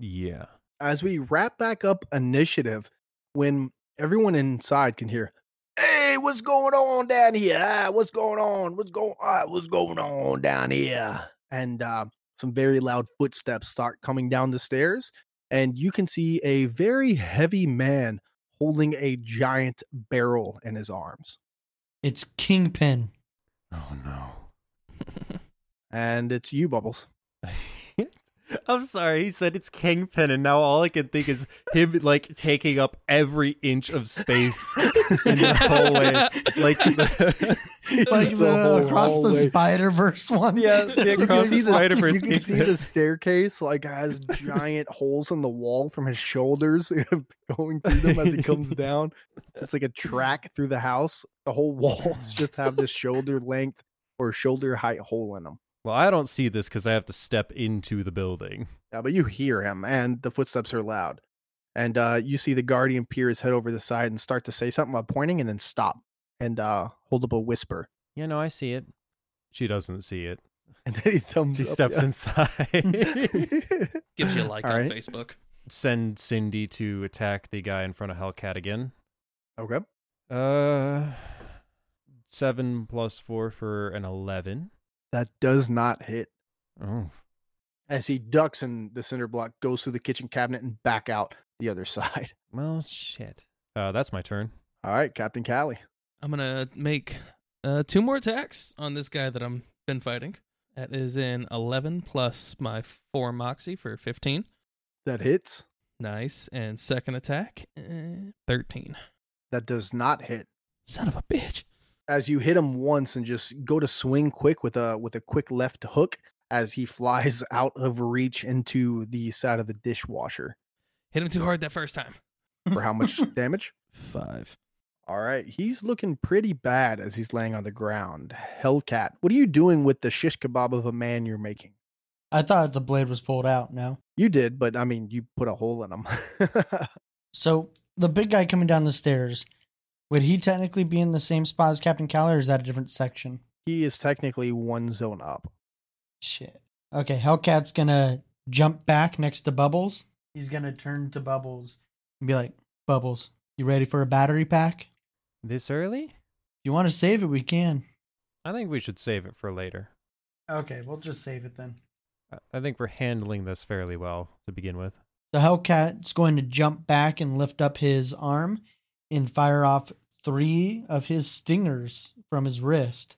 Yeah. as we wrap back up initiative, when everyone inside can hear, "Hey, what's going on down here? Ah, what's going on? What's going? Ah, what's going on down here?" And uh, some very loud footsteps start coming down the stairs, and you can see a very heavy man holding a giant barrel in his arms, it's kingpin Oh no. and it's you, Bubbles. I'm sorry, he said it's Kingpin, and now all I can think is him like taking up every inch of space in the hallway. Like the, like the the, whole across the hallway. spider verse one Yeah, yeah, You can across see the the, Spider-Verse you can see Kingpin. the staircase like has giant holes in the wall from his shoulders going through them as he comes down. It's like a track through the house. The whole walls just have this shoulder length or shoulder height hole in them. well, I don't see this because I have to step into the building. Yeah, but you hear him and the footsteps are loud. And uh, you see the guardian peer his head over the side and start to say something by pointing and then stop and uh, hold up a whisper. Yeah, no, I see it. She doesn't see it. And then he thumbs She up, steps yeah. inside. Gives you a like All on right. Facebook. Send Cindy to attack the guy in front of Hellcat again. okay. Uh, seven plus four for an eleven. That does not hit. Oh, As he ducks and the cinder block goes through the kitchen cabinet and back out the other side. well, shit. Uh, that's my turn. All right, Captain Callie. I'm gonna make uh, two more attacks on this guy that I'm been fighting. That is an 11 plus my four moxie for 15. That hits. Nice. And second attack, eh, 13. That does not hit. Son of a bitch. As you hit him once and just go to swing quick with a with a quick left hook as he flies out of reach into the side of the dishwasher. Hit him too hard that first time. For how much damage? Five. All right, he's looking pretty bad as he's laying on the ground. Hellcat, what are you doing with the shish kebab of a man you're making? I thought the blade was pulled out. No. You did, but I mean, you put a hole in him. So the big guy coming down the stairs, would he technically be in the same spot as Captain Callie, or is that a different section? he is technically one zone up. Shit. Okay, Hellcat's gonna jump back next to Bubbles. He's gonna turn to Bubbles and be like, "Bubbles, you ready for a battery pack? If This early? you want to save it, we can." I think we should save it for later. Okay, we'll just save it then. I- I think we're handling this fairly well to begin with. So Hellcat's going to jump back and lift up his arm and fire off three of his stingers from his wrist,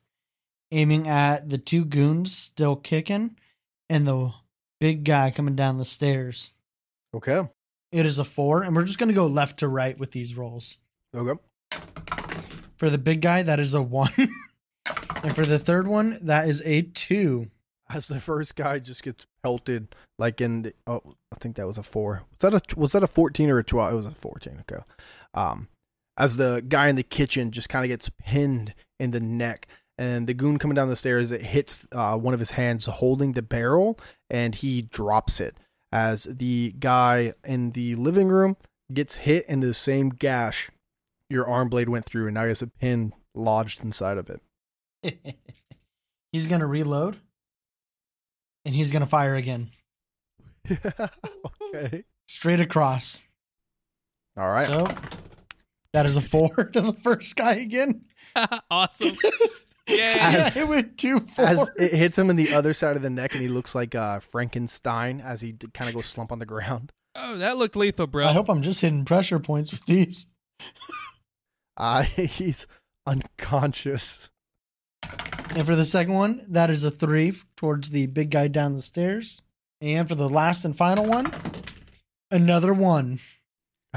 aiming at the two goons still kicking and the big guy coming down the stairs. Okay. It is a four, and we're just going to go left to right with these rolls. Okay. For the big guy, that is a one. and for the third one, that is a two. As the first guy just gets pelted, like in the oh, I think that was a four. Was that a tw- was that a fourteen or a twelve? It was a fourteen. Okay. Um, as the guy in the kitchen just kind of gets pinned in the neck, and the goon coming down the stairs, it hits uh, one of his hands holding the barrel, and he drops it. As the guy in the living room gets hit in the same gash, your arm blade went through, and now he has a pin lodged inside of it. he's going to reload and he's going to fire again okay. straight across. All right. So that is a four to the first guy again. awesome. Yeah. As- yeah, it went two as fours. it hits him in the other side of the neck and he looks like uh, Frankenstein as he kind of goes slump on the ground. Oh, that looked lethal, bro. I hope I'm just hitting pressure points with these. Uh, he's unconscious. And for the second one, that is a three towards the big guy down the stairs. And for the last and final one, another one.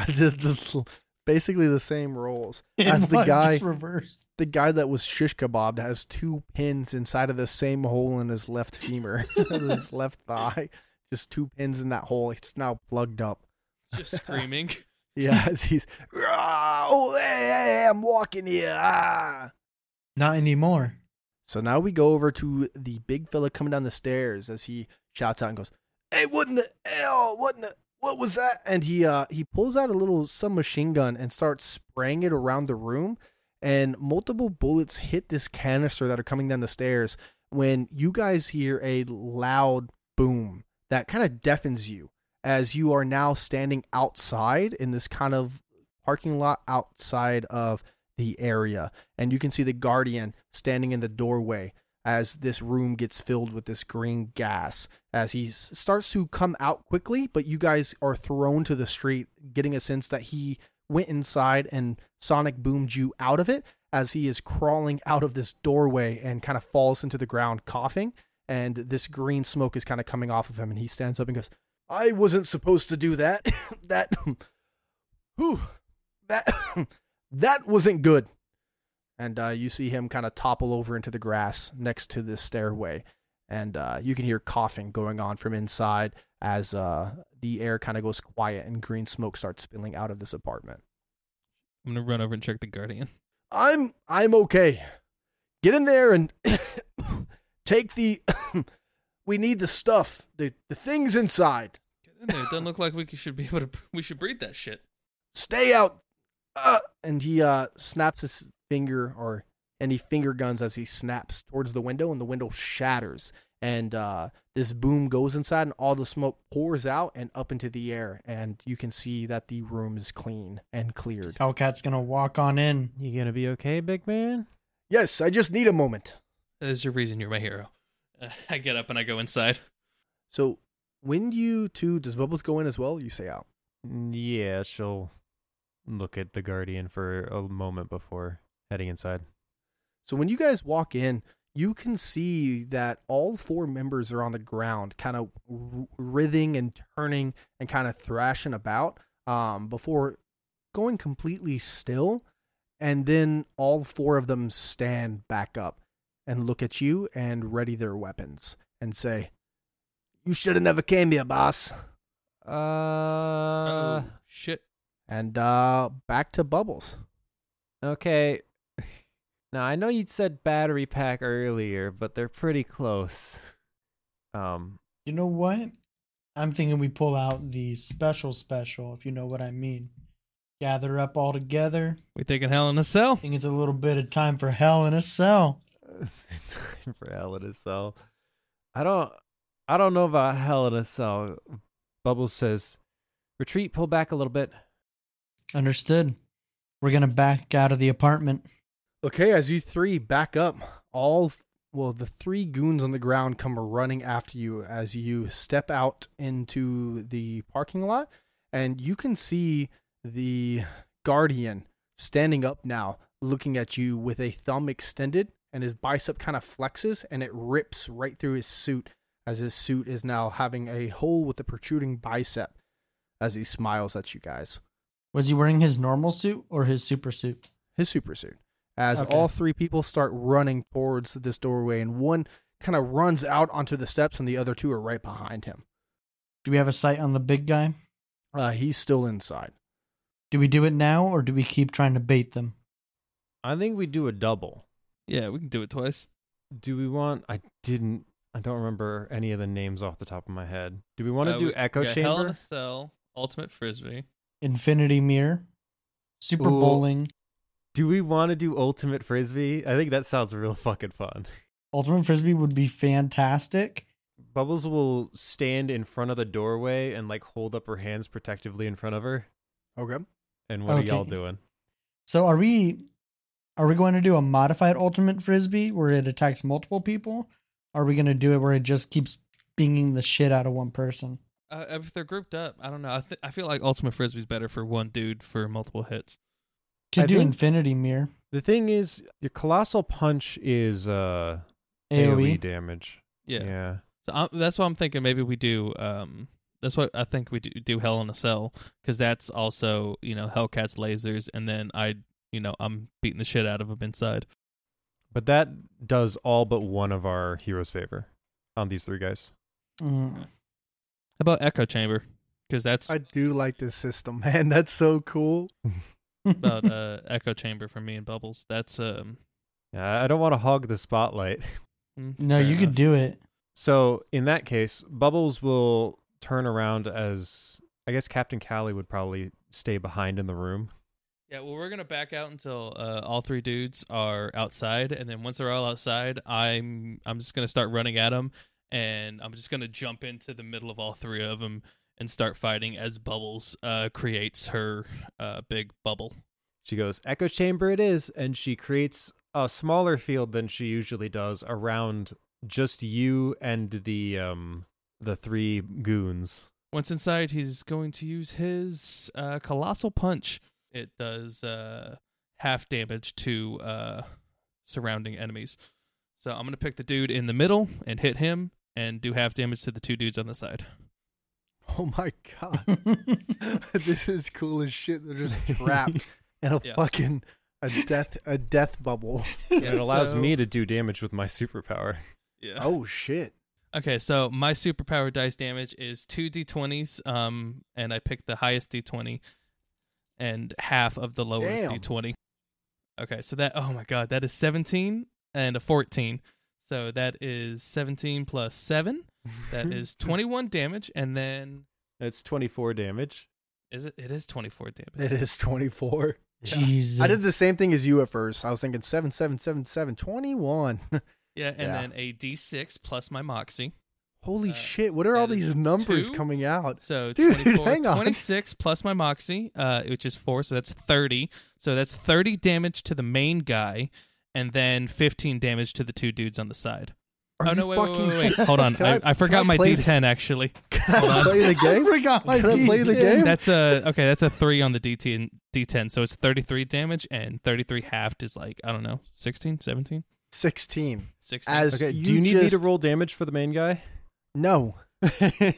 Just the- Basically the same rolls. It As the was guy, just reversed. the guy that was shish kebabbed has two pins inside of the same hole in his left femur, his left thigh. Just two pins in that hole. It's now plugged up. Just screaming. Yeah, as he's, "Rah! oh, hey, hey, I'm walking here. Ah. Not anymore. So now we go over to the big fella coming down the stairs as he shouts out and goes, "Hey, what in the hell? What in the what was that?" And he uh he pulls out a little submachine gun and starts spraying it around the room, and multiple bullets hit this canister that are coming down the stairs. When you guys hear a loud boom that kind of deafens you, as you are now standing outside in this kind of parking lot outside of the area and you can see the guardian standing in the doorway as this room gets filled with this green gas as he s- starts to come out quickly but you guys are thrown to the street getting a sense that he went inside and sonic boomed you out of it as he is crawling out of this doorway and kind of falls into the ground coughing and this green smoke is kind of coming off of him and he stands up and goes i wasn't supposed to do that that whew, that that wasn't good and uh, you see him kind of topple over into the grass next to this stairway and uh, you can hear coughing going on from inside as uh, the air kind of goes quiet and green smoke starts spilling out of this apartment I'm gonna run over and check the guardian. i'm i'm okay get in there and take the we need the stuff the, the things inside Get in there. It doesn't look like we should be able to. We should breed that shit. stay out uh, and he uh, snaps his finger or and he finger guns as he snaps towards the window and the window shatters and uh, this boom goes inside, and all the smoke pours out and up into the air, and you can see that the room is clean and cleared. Hellcat's gonna walk on in. You gonna be okay, big man? Yes, I just need a moment. There's a reason you're my hero. Uh, I get up and I go inside. So, when you two does Bubbles go in as well? You say out. Mm, Yeah, she'll look at the guardian for a moment before heading inside. So when you guys walk in, you can see that all four members are on the ground, kind of wr- writhing and turning and kind of thrashing about um, before going completely still. And then all four of them stand back up and look at you and ready their weapons and say, You should have never came here, boss. Uh, oh, shit. And uh, back to Bubbles. okay. Now I know you said battery pack earlier, but they're pretty close. Um, You know what? I'm thinking we pull out the special special, if you know what I mean. Gather up all together. We taking hell in a cell? I think it's a little bit of time for hell in a cell. time for Hell in a Cell. I don't I don't know about Hell in a Cell. Bubbles says, retreat, pull back a little bit. Understood. We're gonna back out of the apartment. Okay, as you three back up, all well, the three goons on the ground come running after you as you step out into the parking lot, and you can see the guardian standing up now, looking at you with a thumb extended, and his bicep kind of flexes and it rips right through his suit as his suit is now having a hole with a protruding bicep as he smiles at you guys. Was he wearing his normal suit or his super suit? his super suit as Okay. all three people start running towards this doorway and one kind of runs out onto the steps and the other two are right behind him Do we have a sight on the big guy? uh, he's still inside Do we do it now or do we keep trying to bait them? I think we do a double. Yeah, we can do it twice. Do we want I didn't I don't remember any of the names off the top of my head. Do we want to Uh, do we- Echo we got Hell in a Chamber? Cell, Ultimate Frisbee. Infinity Mirror? Super Ooh. Bowling? Do we want to do Ultimate Frisbee? I think that sounds real fucking fun. Ultimate Frisbee would be fantastic. Bubbles will stand in front of the doorway and like hold up her hands protectively in front of her. okay And what Okay. are y'all doing? So are we are we going to do a modified ultimate frisbee where it attacks multiple people? Are we going to do it where it just keeps binging the shit out of one person? Uh, if they're grouped up, I don't know. I, th- I feel like Ultimate Frisbee's better for one dude for multiple hits. Could I do think- infinity mirror The thing is, your colossal punch is uh AoE AOE. damage. Yeah. yeah. So i that's why I'm thinking maybe we do. Um, that's what I think we do, do Hell in a Cell because that's also you know Hellcat's lasers, and then I you know I'm beating the shit out of him inside. But that does all but one of our heroes favor on these three guys. Mm. How about Echo Chamber? Because that's i do like this system man that's so cool about uh, Echo Chamber for me and Bubbles. That's um. Yeah, I don't want to hog the spotlight. mm, no, fair you could enough. do it. So in that case, Bubbles will turn around as I guess Captain Callie would probably stay behind in the room. Yeah, well, we're gonna back out until uh, all three dudes are outside, and then once they're all outside, I'm I'm just gonna start running at them, and I'm just gonna jump into the middle of all three of them and start fighting as Bubbles uh, creates her uh, big bubble. She goes, Echo Chamber it is, and she creates a smaller field than she usually does around just you and the um the three goons. Once inside, he's going to use his uh, colossal punch. It does uh, half damage to uh, surrounding enemies. So I'm gonna pick the dude in the middle and hit him, and do half damage to the two dudes on the side. oh my god this is cool as shit they're just trapped in a Yeah. fucking a death a death bubble Yeah, it allows so- me to do damage with my superpower. Yeah. oh shit Okay, so my superpower dice damage is two d20s, um, and I picked the highest d20 and half of the lower Damn. d20. Okay, so that oh my god, that is 17 and a 14. So that is 17 plus 7. That is 21 damage, and then That's twenty four damage. is it? It is 24 it damage. is 24 Jesus. i did the same thing as you at first i was thinking 7 7 7 7 21 Yeah, and Yeah. then a D6 plus my moxie. Holy Uh, shit! What are all that is these numbers two. coming out? So Dude, 24, hang on. 26 plus my moxie, uh, which is 4, so that's 30. So that's 30 damage to the main guy, and then 15 damage to the two dudes on the side. Are oh, you no, wait, wait, fucking wait, kidding? wait, Hold on. Can I, I- I forgot can I my play D10, this? actually. Can I play the game? forgot my Can I play the D10. game? That's a okay. That's a three on the D10, D10. So it's 33 damage, and 33 halved is like I don't know, 16, 17, Sixteen. 16. As Okay, you do you need me to just- roll damage for the main guy? No. Well,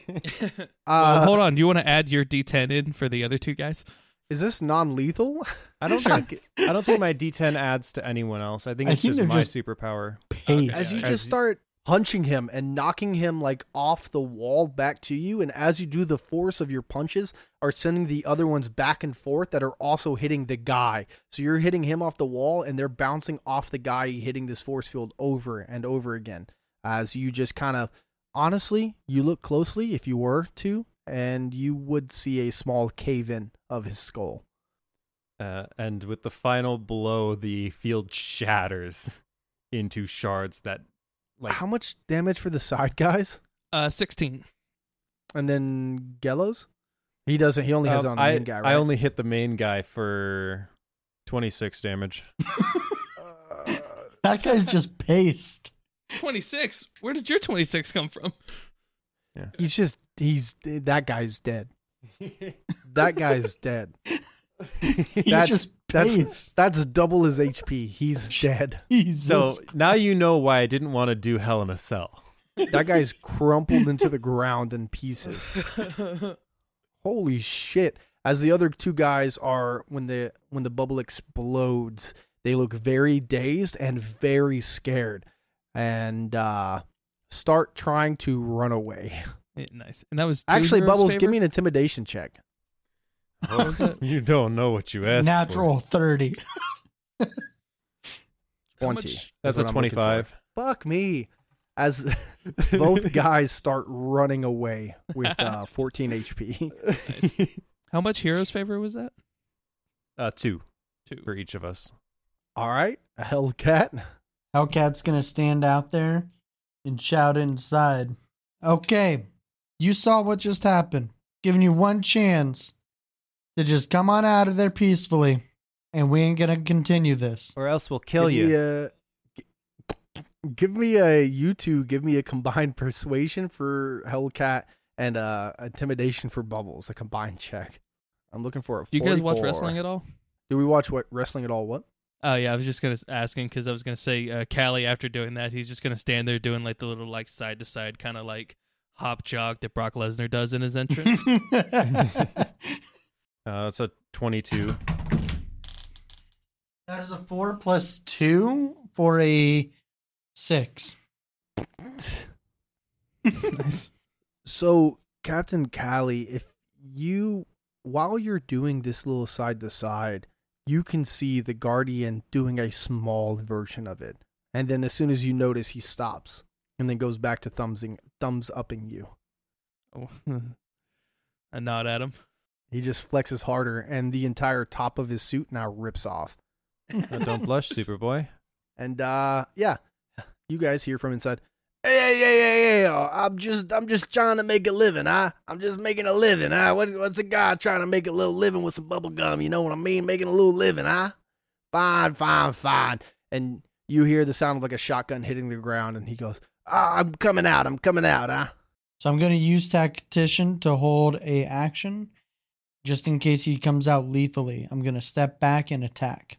Uh, hold on. You want to add your D10 in for the other two guys? Is this non-lethal? I don't think I don't think my D10 adds to anyone else. I think I it's think just they're my just- superpower. Pace. as you As just you- start punching him and knocking him like off the wall back to you and as you do the force of your punches are sending the other ones back and forth that are also hitting the guy so you're hitting him off the wall and they're bouncing off the guy hitting this force field over and over again as you just kind of honestly you look closely if you were to and you would see a small cave in of his skull Uh, and with the final blow, the field shatters into shards that, like, how much damage for the side guys Uh, 16. and then Gellos? he doesn't he only has Um, it on the I, main guy right I only hit the main guy for 26 damage. That guy's just paced. 26. Where did your 26 come from? He's just he's that guy's dead. That guy's dead. He's that's just that's paced. that's double his HP. He's dead. He's so just- now you know why I didn't want to do Hell in a Cell. That guy's crumpled into the ground in pieces. Holy shit. As the other two guys are when the when the bubble explodes, they look very dazed and very scared and uh start trying to run away. Yeah, nice. And that was two Actually, girls' Bubbles, give favorite? me an intimidation check. you don't know what you asked. for. natural 30. 20. much- is That's a what I'm looking for. 25. Fuck me. As both guys start running away with uh, 14 HP. How much hero's favor was that? Uh, two Two. for each of us. All right. A Hellcat. Hellcat's gonna stand out there and shout inside. Okay, you saw what just happened. Giving you one chance to just come on out of there peacefully, and we ain't gonna continue this. Or else we'll kill give Me you. a, gi- give me a, you two, give me a combined persuasion for Hellcat and uh, intimidation for Bubbles, a combined check. I'm looking for a. Do you guys watch 44. wrestling at all? Do we watch what wrestling at all? What? Oh yeah, I was just gonna s- asking because I was gonna say uh, Callie. After doing that, he's just gonna stand there doing like the little like side to side kind of like hop jog that Brock Lesnar does in his entrance. that Uh, that's a 22. is a four plus two for a six. nice. So, Captain Callie, if you, while you're doing this little side to side, you can see the Guardian doing a small version of it. And then as soon as you notice, he stops and then goes back to thumbsing, thumbs upping you. Oh. A nod at him. He just flexes harder, and the entire top of his suit now rips off. Uh, don't blush, Superboy. And uh, yeah, you guys hear from inside. Hey, hey, hey, hey, hey! oh, I'm just, I'm just trying to make a living, huh? I'm just making a living, huh? What, what's a guy trying to make a little living with some bubble gum? You know what I mean? Making a little living, huh? Fine, fine, fine. And you hear the sound of like a shotgun hitting the ground, and he goes, ah, "I'm coming out, I'm coming out, huh?" So I'm gonna use tactician to hold a action, just in case he comes out lethally. I'm gonna step back and attack.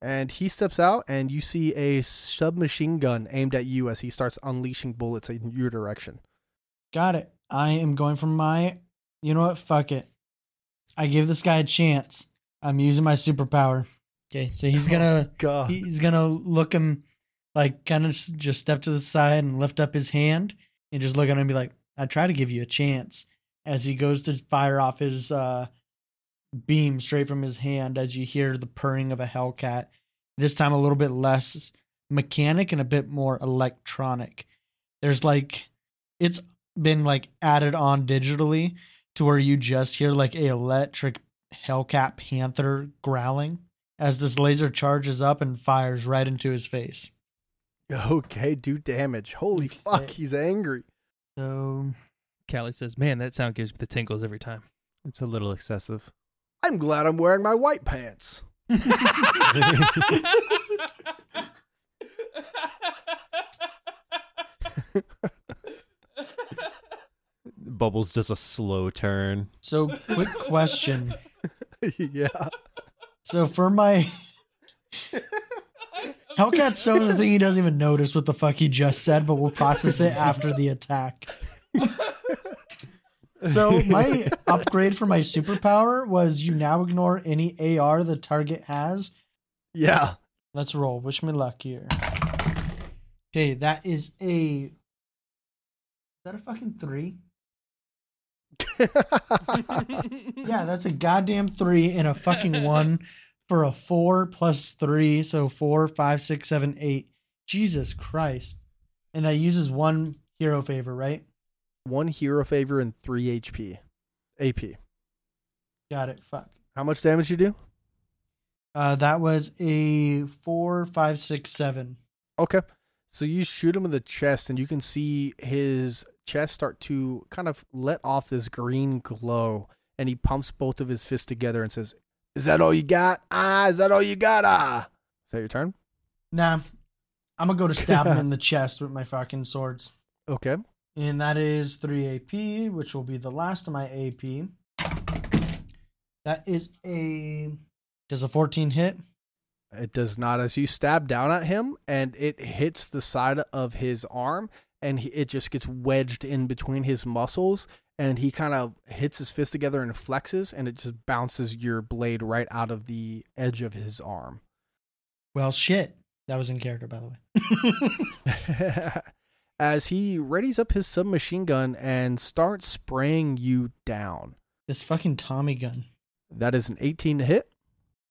And he steps out, and you see a submachine gun aimed at you as he starts unleashing bullets in your direction. Got it. I am going for my. You know what? Fuck it. I give this guy a chance. I'm using my superpower. Okay, so he's gonna God. he's gonna look him like kind of just step to the side and lift up his hand and just look at him and be like, "I try to give you a chance." As he goes to fire off his uh, beam straight from his hand, as you hear the purring of a Hellcat. This time, a little bit less mechanic and a bit more electronic. There's like it's been like added on digitally to where you just hear like a electric Hellcat Panther growling as this laser charges up and fires right into his face. Okay, do damage. Holy fuck, Okay. he's angry. So Callie says, "Man, that sound gives me the tingles every time." It's a little excessive. I'm glad I'm wearing my white pants. Bubbles does a slow turn. so quick question. yeah. So for my Hellcat's so the thing he doesn't even notice what the fuck he just said, but we'll process it after the attack. so my upgrade for my superpower was you now ignore any AR the target has. Yeah. Let's roll. Wish me luck here. Okay, that is a. Is that a fucking three? Yeah, that's a goddamn three and a fucking one for a four plus three. So four, five, six, seven, eight. Jesus Christ. And that uses one hero favor, right? One hero favor and three HP. AP. Got it. Fuck. How much damage you do? Uh, that was a four, five, six, seven. Okay. So you shoot him in the chest, and you can see his chest start to kind of let off this green glow. And he pumps both of his fists together and says, Is that all you got? Ah, is that all you got? Ah. Is that your turn? Nah, I'm gonna go to stab him in the chest with my fucking swords. Okay. And that is 3 AP, which will be the last of my AP. That is a. Does a 14 hit? It does not. As you stab down at him, and it hits the side of his arm, and he, it just gets wedged in between his muscles. And he kind of hits his fist together and flexes, and it just bounces your blade right out of the edge of his arm. Well, shit. That was in character, by the way. As he readies up his submachine gun and starts spraying you down. this fucking Tommy gun. That is an 18 to hit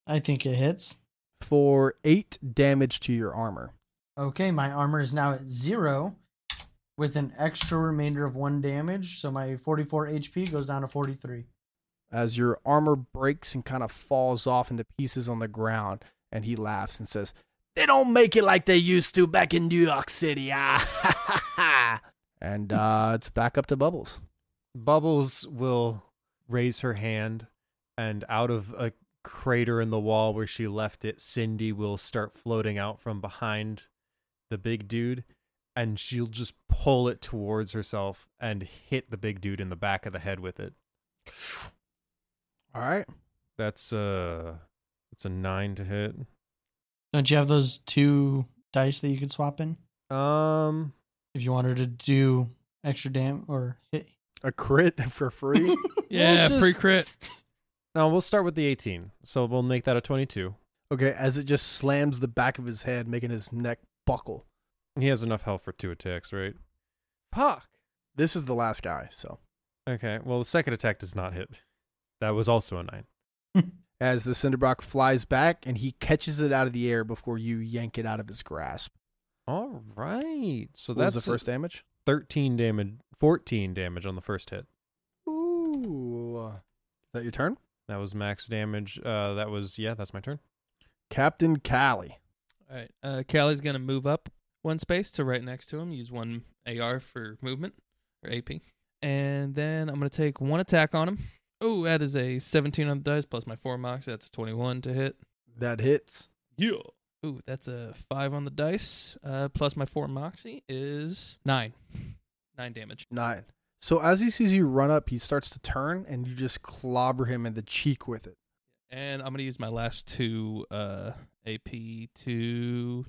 I think it hits. for 8 damage to your armor. Okay, my armor is now at zero with an extra remainder of one damage. So my 44 HP goes down to 43. as your armor breaks and kind of falls off into pieces on the ground. And he laughs and says, They don't make it like they used to back in New York City. Ah, and uh, it's back up to Bubbles. Bubbles will raise her hand, and out of a crater in the wall where she left it, Cindy will start floating out from behind the big dude, and she'll just pull it towards herself and hit the big dude in the back of the head with it. All right. That's uh it's a nine to hit. Don't you have those two dice that you could swap in Um if you wanted to do extra damage or hit? A crit for free. yeah, We'll free just- crit. no, we'll start with the eighteen. So we'll make that a twenty-two. okay. As it just slams the back of his head, making his neck buckle. He has enough health for two attacks, right? Fuck. This is the last guy. So, Okay. Well, the second attack does not hit. That was also a nine. as the Cinderbrock flies back and he catches it out of the air before you yank it out of his grasp. All right. So So that's that's the first damage. thirteen damage, fourteen damage on the first hit. Ooh. Is that your turn? That was max damage. Uh, that was yeah. That's my turn. Captain Callie. All right. Uh, Callie's gonna move up one space to right next to him. Use one AR for movement or AP, and then I'm gonna take one attack on him. Oh, that is a 17 on the dice plus my four mocks. That's 21 to hit. That hits. Yeah. Ooh, that's a five on the dice. Uh, plus my four moxie is nine. Nine damage. Nine. So as he sees you run up, he starts to turn and you just clobber him in the cheek with it. And I'm gonna use my last two uh AP to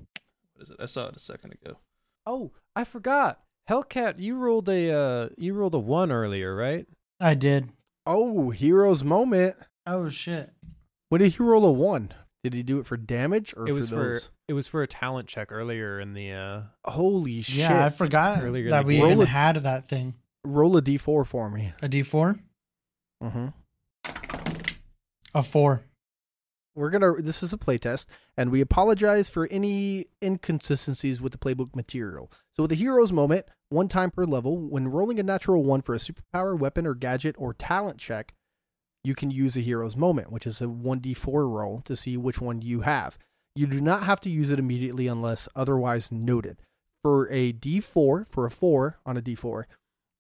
what is it? I saw it a second ago. Oh, I forgot. Hellcat, you rolled a uh, you rolled a one earlier, right? I did. Oh, hero's moment. Oh shit. When did he roll a one? Did he do it for damage or it was for those? it was for a talent check earlier in the uh. Holy shit. Yeah, I forgot Earlier in that the we game. even Roll it. had that thing. roll a d4 for me. A D four? Mm-hmm. A four. We're gonna this is a playtest, and we apologize for any inconsistencies with the playbook material. So with the hero's moment, one time per level, when rolling a natural one for a superpower, weapon, or gadget or talent check, you can use a hero's moment, which is a 1d4 roll to see which one you have. You do not have to use it immediately unless otherwise noted. For a D4, for a 4 on a D4,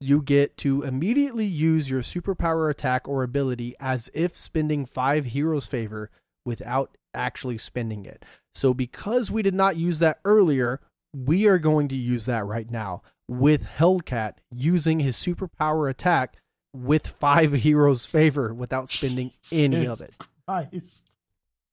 you get to immediately use your superpower attack or ability as if spending 5 heroes favor without actually spending it. So because we did not use that earlier, we are going to use that right now with Hellcat using his superpower attack with 5 heroes favor without spending any of Jesus it Christ.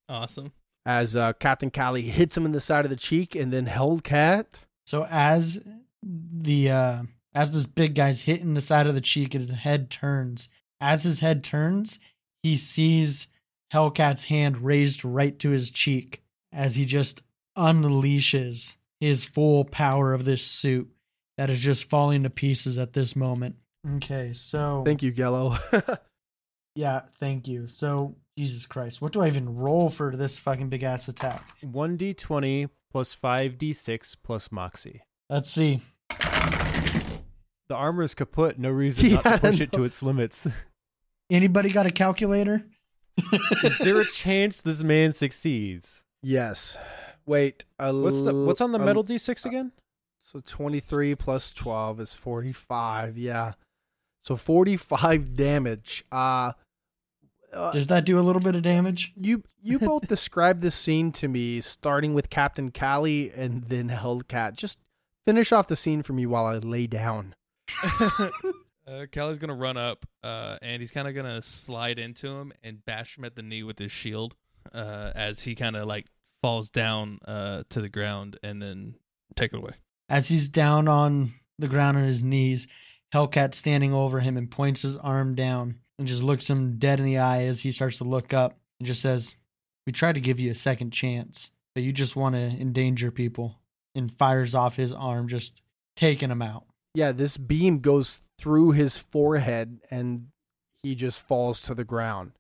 Awesome. as uh, Captain Cali hits him in the side of the cheek, and then Hellcat. So as the uh as this big guy's hitting the side of the cheek and his head turns, as his head turns, he sees Hellcat's hand raised right to his cheek as he just unleashes his full power of this suit that is just falling to pieces at this moment. Okay, Oh. so Thank you, Yellow. yeah, thank you. So Jesus Christ, what do I even roll for this fucking big ass attack? 1d20 plus 5d6 plus Moxie. Let's see. The armor is kaput. No reason not Yeah, I to push it know. to its limits. Anybody got a calculator? Is there a chance this man succeeds? yes. Wait. a What's the what's on the l- metal a- d6 again? so twenty three plus twelve is forty five. Yeah. So forty five damage. Uh, uh, Does that do a little bit of damage? you you both described this scene to me, starting with Captain Cali and then Hellcat. Just finish off the scene for me while I lay down. Uh, Kelly's gonna run up, uh, and he's kind of gonna slide into him and bash him at the knee with his shield, uh, as he kind of like falls down uh, to the ground, and then take it away. As he's down on the ground on his knees, Hellcat standing over him and points his arm down and just looks him dead in the eye as he starts to look up and just says, We tried to give you a second chance, but you just want to endanger people. And fires off his arm, just taking him out. Yeah, this beam goes through his forehead and he just falls to the ground.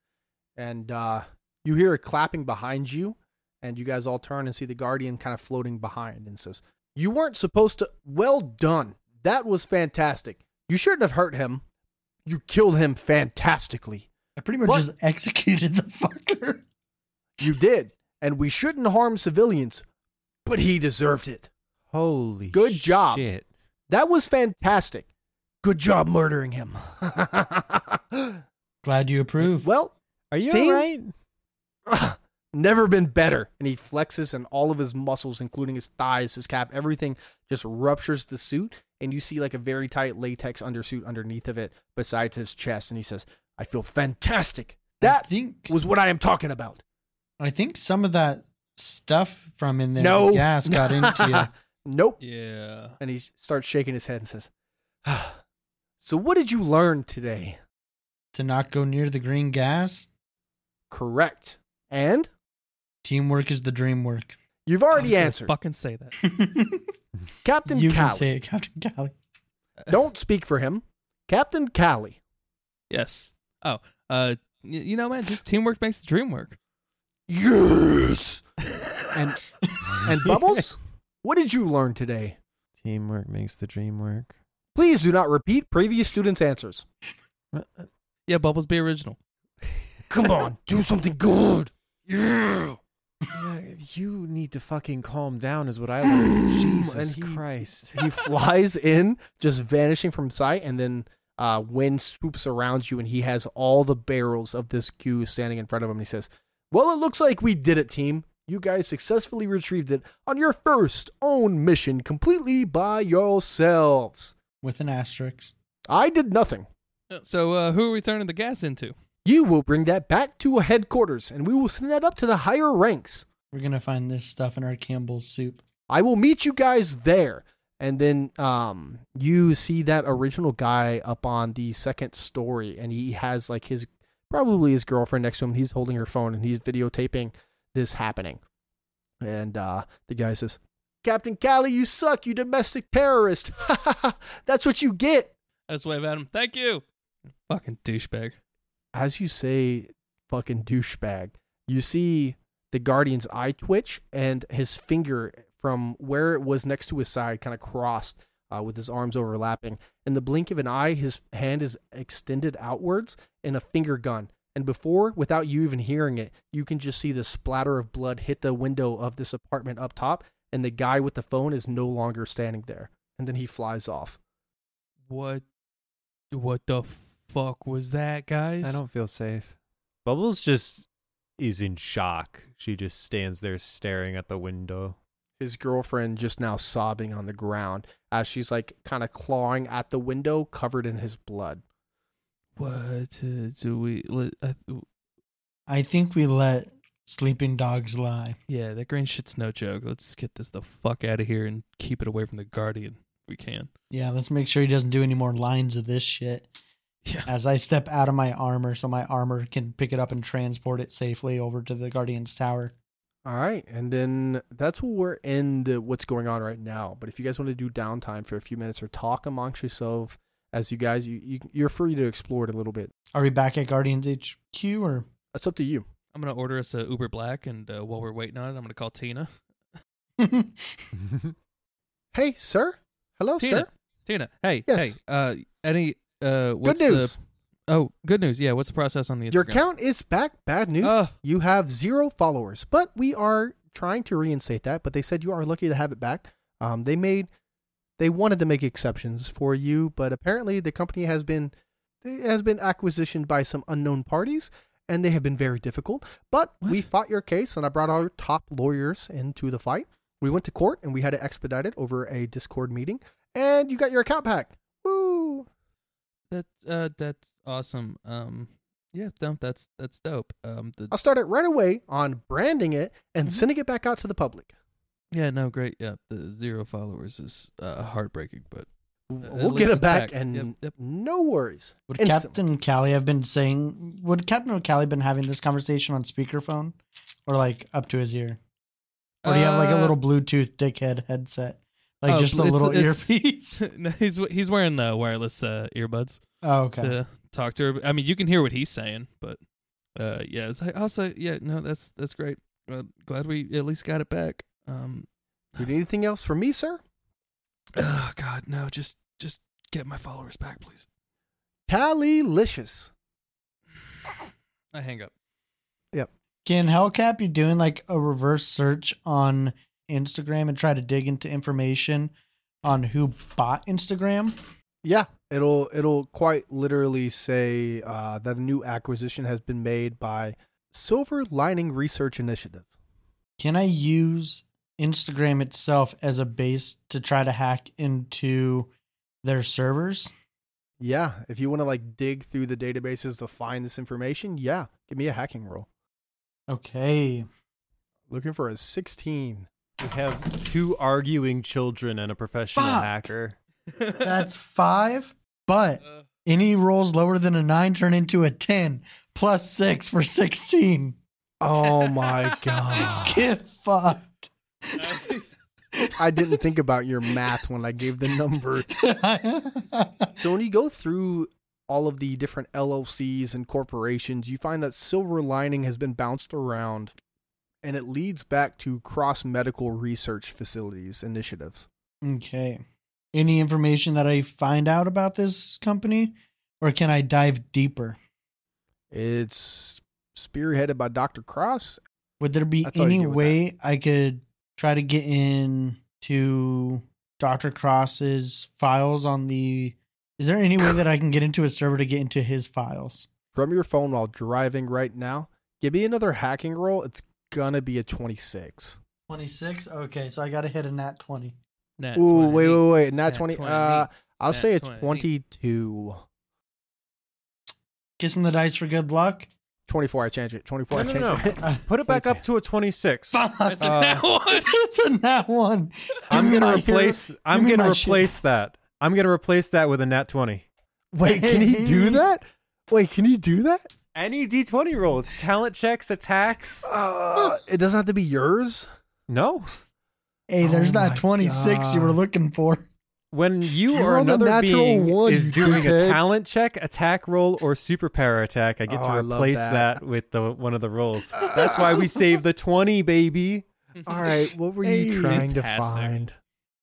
And uh, you hear a clapping behind you, and you guys all turn and see the Guardian kind of floating behind and says, You weren't supposed to. Well done. That was fantastic. You shouldn't have hurt him. You killed him fantastically. I pretty much What? just executed the fucker. You did. And we shouldn't harm civilians, but he deserved it. Holy Good job. shit. That was fantastic. Good job murdering him. Glad you approve. well, Are you Team? alright? never been better. And he flexes, and all of his muscles, including his thighs, his calf, everything just ruptures the suit. And you see like a very tight latex undersuit underneath of it, besides his chest. And he says, I feel fantastic. I That think was what I am talking about. I think some of that stuff from in there no. gas got into you. nope. Yeah. And he starts shaking his head and says, "Ah, So what did you learn today? to not go near the green gas. Correct. And Teamwork is the dream work. you've I was already gonna answered. Fucking say that. Captain you Cali. can say it, Captain Cali. Don't speak for him. Captain Cali. Yes. Oh. Uh. y- You know, man, just teamwork makes the dream work. Yes. and and Bubbles, what did you learn today? Teamwork makes the dream work. Please do not repeat previous students' answers. Yeah, Bubbles, be original. Come on, do something good. Yeah. you need to fucking calm down is what I learned. Jesus And he- Christ. He flies in, just vanishing from sight, and then uh, wind swoops around you, and he has all the barrels of this goose standing in front of him. And he says, "Well, it looks like we did it, team. You guys successfully retrieved it on your first own mission, completely by yourselves. With an asterisk. I did nothing." So, uh, who are we turning the gas into? You will bring that back to headquarters, and we will send that up to the higher ranks. We're gonna find this stuff in our Campbell's soup. I will meet you guys there. And then um, you see that original guy up on the second story, and he has like his probably his girlfriend next to him. He's holding her phone and he's videotaping this happening. And uh, the guy says, Captain Callie, you suck, you domestic terrorist. That's what you get. I just wave at him. Thank you. Fucking douchebag. as you say fucking douchebag, you see the guardian's eye twitch and his finger from where it was next to his side kind of crossed uh, with his arms overlapping. In the blink of an eye, his hand is extended outwards and a finger gun And before, without you even hearing it, you can just see the splatter of blood hit the window of this apartment up top, and the guy with the phone is no longer standing there. And then he flies off. What? What the fuck was that, guys? I don't feel safe. Bubbles just is in shock. She just stands there staring at the window. His girlfriend just now sobbing on the ground as she's like kind of clawing at the window covered in his blood. What uh, do we? Let, uh, I think we let sleeping dogs lie. yeah, that green shit's no joke. Let's get this the fuck out of here and keep it away from the Guardian. if We can. Yeah, let's make sure he doesn't do any more lines of this shit. Yeah. As I step out of my armor, so my armor can pick it up and transport it safely over to the Guardian's Tower. All right, and then that's where we're in the, what's going on right now. But if you guys want to do downtime for a few minutes or talk amongst yourself as you guys, you, you you're free to explore it a little bit. Are we back at Guardian's HQ or? That's up to you. I'm gonna order us a Uber Black, and uh, while we're waiting on it, I'm gonna call Tina. Hey, sir. Hello, Tina, Oh, sir. Tina, hey, Yes. hey, uh, any, uh, what's Good news. the? Oh, good news. Yeah, what's the process on the Instagram? Your account is back. Bad news. Ah. you have zero followers, but we are trying to reinstate that. But they said you are lucky to have it back. Um, they made, they wanted to make exceptions for you, but apparently the company has been, it has been acquisitioned by some unknown parties, and they have been very difficult. But we What? fought your case, and I brought our top lawyers into the fight. We went to court, and we had to expedite it over a Discord meeting, and you got your account back. Woo! That uh, that's awesome. Um, yeah, no, that's that's dope. Um, the I'll start it right away on branding it and Mhm. sending it back out to the public. yeah, no, great. Yeah, the zero followers is uh, heartbreaking, but at We'll least get it it's back, back. and Yep, yep. no worries. Would Instantly. Captain Callie have been saying? Would Captain O'Calley been having this conversation on speakerphone, or like up to his ear, or do you have like a Uh, little Bluetooth dickhead headset, like oh, just a it's- little it's- earpiece? no, he's he's wearing uh, wireless uh, earbuds Oh, okay. to talk to her. I mean, you can hear what he's saying, but uh, yeah. It's like, also, yeah, no, that's that's great. Uh, glad we at least got it back. Um, You need anything else from me, sir? oh God, no, just just get my followers back, please. Tallylicious. I hang up. Can Hellcap be doing like a reverse search on Instagram and try to dig into information on who bought Instagram? Yeah, it'll it'll quite literally say uh, that a new acquisition has been made by Silver Lining Research Initiative. Can I use Instagram itself as a base to try to hack into their servers? Yeah, if you want to like dig through the databases to find this information, yeah, give me a hacking roll. Okay. Looking for a sixteen. We have two arguing children and a professional Fuck. hacker. That's five, but Uh, any rolls lower than a nine turn into a 10 plus six for 16. Oh my god! Get fucked. I didn't think about your math when I gave the number. So when you go through all of the different LLCs and corporations, you find that silver lining has been bounced around and it leads back to cross medical research facilities initiative. Okay. Any information that I find out about this company, or can I dive deeper? It's spearheaded by Dr. Cross. Would there be That's all you any do with way I could try to get in to Dr. Cross's files on the Is there any way that I can get into a server to get into his files? From your phone while driving right now, give me another hacking roll. It's gonna be a 26. 26. Okay, so I got to hit a nat 20. Nat Ooh, 20. wait, wait, wait. Not Nat 20. 20. Uh, I'll Nat say a 20. 22. Kissing the dice for good luck. 24, I change it. 24, No, I no, change no. it. Uh, Put it back Okay. up to a 26. fuck. uh, That's a nat one. it's a nat 1. I'm Give me gonna my hero- replace. I'm give me gonna my shit. replace that. I'm gonna replace that with a nat twenty. Wait, can he do that? Wait, can he do that? Any d20 roll. It's talent checks, attacks. Uh, it doesn't have to be yours. No. Hey, there's Oh my that 26 you were God. looking for. When you You or rolled a another natural being one, is you doing a dickhead. talent check, attack roll, or super power attack, I get Oh, to I love replace that. that. with the one of the rolls. That's why we save the 20, baby. All right, what were Hey. you trying to Fantastic. find?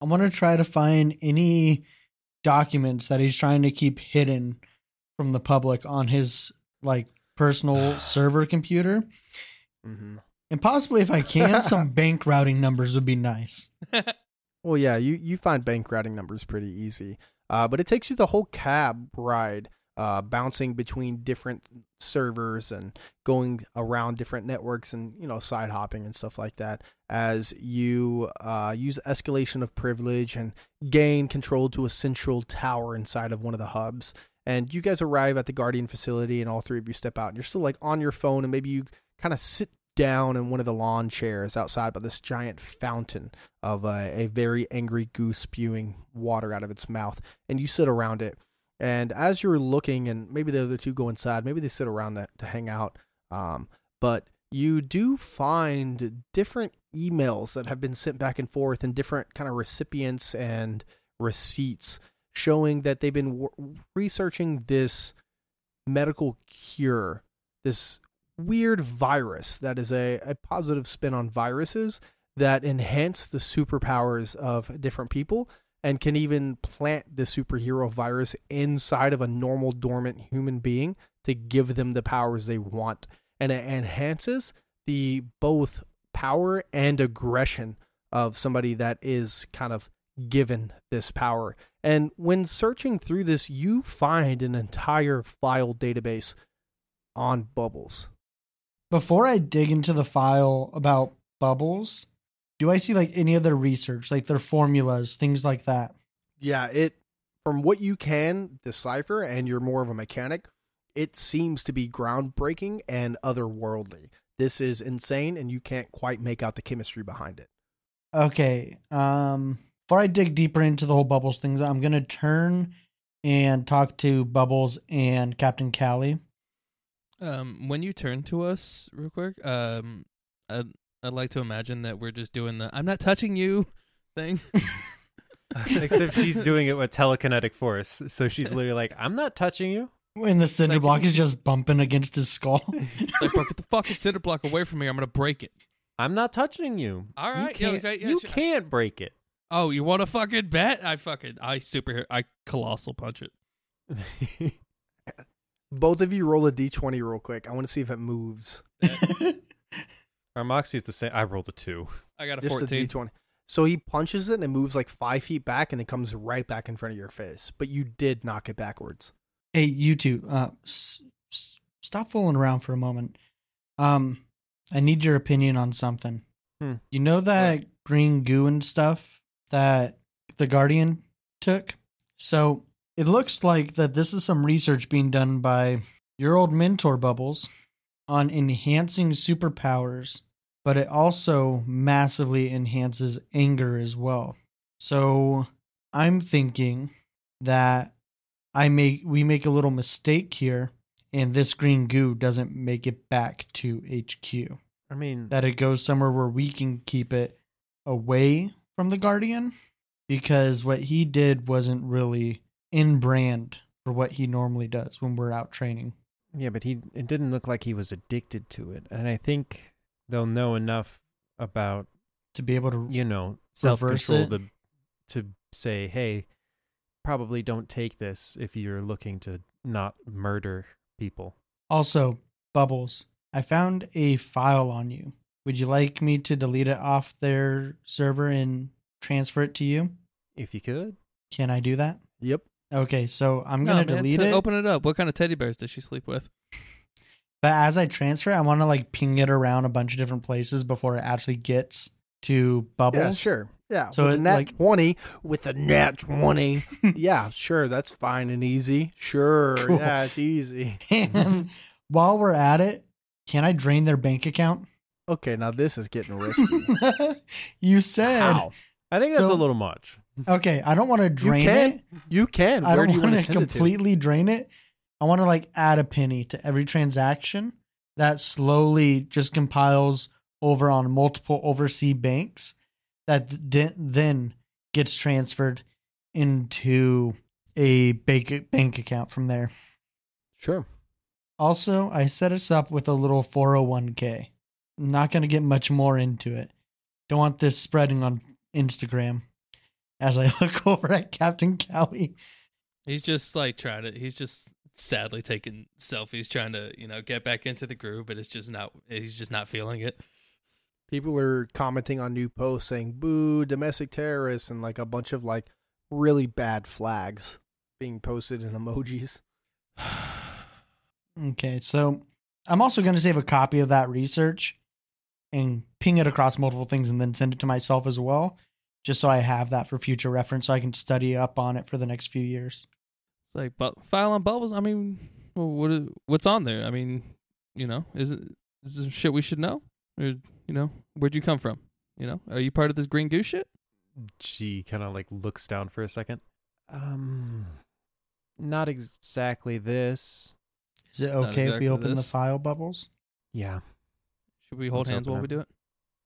I want to try to find any documents that he's trying to keep hidden from the public on his like personal server computer. Mm-hmm. And possibly if I can, some bank routing numbers would be nice. Well, yeah, you you find bank routing numbers pretty easy, uh, but it takes you the whole cab ride, uh, bouncing between different servers and going around different networks and you know side hopping and stuff like that. As you uh, use escalation of privilege and gain control to a central tower inside of one of the hubs, and you guys arrive at the Guardian facility, and all three of you step out, and you're still like on your phone, and maybe you kind of sit down in one of the lawn chairs outside by this giant fountain of a, a very angry goose spewing water out of its mouth, and you sit around it. And as you're looking, and maybe the other two go inside, maybe they sit around to, to hang out. Um, but you do find different emails that have been sent back and forth, and different kind of recipients and receipts showing that they've been w- researching this medical cure, this weird virus that is a, a positive spin on viruses that enhance the superpowers of different people and can even plant the superhero virus inside of a normal dormant human being to give them the powers they want and it enhances the both power and aggression of somebody that is kind of given this power and when searching through this you find an entire file database on bubbles Before I dig into the file about bubbles, do I see like any other research, like their formulas, things like that? Yeah, it from what you can decipher and you're more of a mechanic, it seems to be groundbreaking and otherworldly. This is insane and you can't quite make out the chemistry behind it. Okay. Um, before I dig deeper into the whole bubbles things, I'm gonna turn and talk to Bubbles and Captain Callie. Um, when you turn to us real quick, um, I'd, I'd like to imagine that we're just doing the "I'm not touching you" thing. Except she's doing it with telekinetic force, so she's literally like, "I'm not touching you." When the cinder like- block is just bumping against his skull. like, bro, get the fucking cinder block away from me. I'm gonna break it. I'm not touching you. All you right, yeah, can't, okay, yeah, you sure. can't break it. Oh, you want to fucking bet? I fucking I superhero I colossal punch it. Both of you roll a d20 real quick. I want to see if it moves. Our Moxie's the same. I rolled a two. I got a Just a fourteen. d20. So he punches it and it moves like five feet back and it comes right back in front of your face. But you did knock it backwards. hey, you two, uh, s- s- stop fooling around for a moment. Um, I need your opinion on something. Hmm. You know that green goo and stuff that the Guardian took. So it looks like that this is some research being done by your old mentor Bubbles on enhancing superpowers, but it also massively enhances anger as well. So I'm thinking that I make we make a little mistake here, and this green goo doesn't make it back to HQ. I mean, That it goes somewhere where we can keep it away from the Guardian, because what he did wasn't really in brand for what he normally does when we're out training. yeah, but he it didn't look like he was addicted to it, and I think they'll know enough about To be able to, you know self it? control to to say, hey, probably don't take this if you're looking to not murder people. also bubbles. I found a file on you. Would you like me to delete it off their server and transfer it to you? If you could, Can I do that? Yep. Okay, so I'm No, gonna man, oh, delete to it. Open it up. What kind of teddy bears does she sleep with? But as I transfer, I want to like ping it around a bunch of different places before it actually gets to bubbles. Yeah, sure. Yeah. So So with a it, nat like- 20, with a nat 20. yeah, sure. That's fine and easy. Sure. Cool. Yeah, it's easy. And while we're at it, can I drain their bank account? Okay, now this is getting risky. you said I think that's So- a little much. okay. I don't want to drain you can. it. You can. I Where don't do you want want to to send it completely drain it. I want to like add a penny to every transaction that slowly just compiles over on multiple overseas banks that d- then gets transferred into a bank bank account from there. to? Sure. Also, I set us up with a little 401k. I'm not going to get much more into it. Don't want this spreading on Instagram as I look over at Captain Callie. He's just like trying to. He's just sadly taking selfies trying to, you know, get back into the groove, but it's just not he's just not feeling it. People are commenting on new posts saying "boo, domestic terrorists" and like a bunch of like really bad flags being posted in emojis. Okay, so I'm also going to save a copy of that research and ping it across multiple things and then send it to myself as well, just so I have that for future reference so I can study up on it for the next few years. It's like but file on bubbles. I mean, well, what is, what's on there? I mean, you know, is it is this shit we should know? Or you know, where'd you come from? You know, are you part of this green goose shit? She kind of like looks down for a second. Um, not exactly this. Is it Not okay if exactly we open this. the file bubbles? Yeah. Should we hold Let's hands open while it. we do it?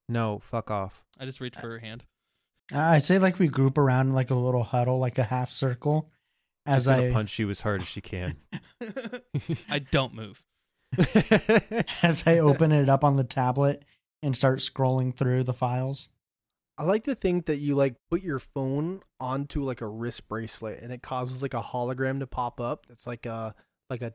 No, fuck off. I just reached for her hand. I say like we group around in like a little huddle, like a half circle, as I'm gonna I punch you as hard as she can. I don't move. as I open it up on the tablet and start scrolling through the files. I like to think that you like put your phone onto like a wrist bracelet and it causes like a hologram to pop up. That's like a like a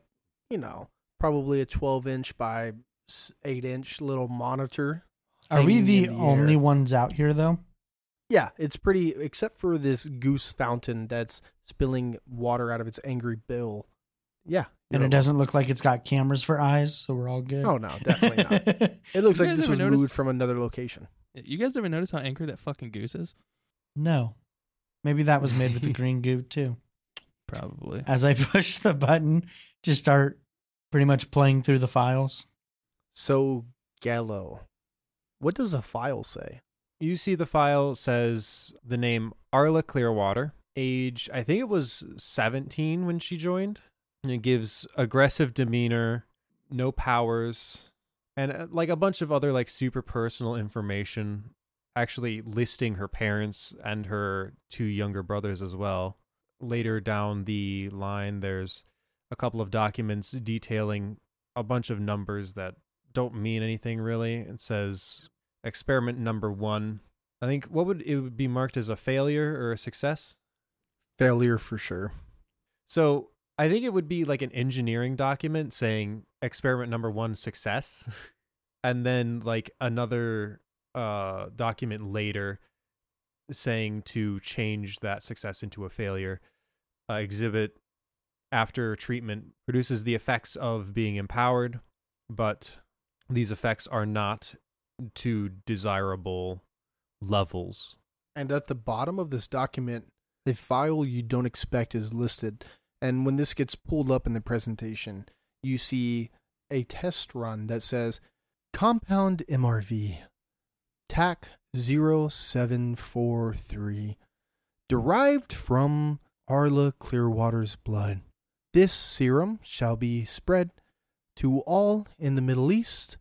you know probably a twelve inch by s- eight inch little monitor. Are we hanging in the only air. ones out here though? Yeah, it's pretty except for this goose fountain that's spilling water out of its angry bill. Yeah, And you're- it doesn't look like it's got cameras for eyes, so we're all good. Oh no, definitely not. It looks You like guys this ever was notice- moved from another location. You guys ever notice how angry that fucking goose is? no. Maybe that was made with the green goo too. Probably. As I push the button, just start pretty much playing through the files. So Gallo, what does the file say? you see the file says the name Arla Clearwater, age I think it was 17 when she joined. And it gives aggressive demeanor, no powers, and uh, like a bunch of other like super personal information, actually listing her parents and her two younger brothers as well. Later down the line there's a couple of documents detailing a bunch of numbers that don't mean anything really. It says experiment number one. I think what would it would be marked as a failure or a success? Failure for sure. So I think it would be like an engineering document saying experiment number one success, and then like another uh, document later saying to change that success into a failure. Uh, exhibit after treatment produces the effects of being empowered, but these effects are not to desirable levels. And at the bottom of this document, the file you don't expect is listed. And when this gets pulled up in the presentation, you see a test run that says compound MRV TAC 0743 derived from Arla Clearwater's blood. This serum shall be spread to all in the Middle East.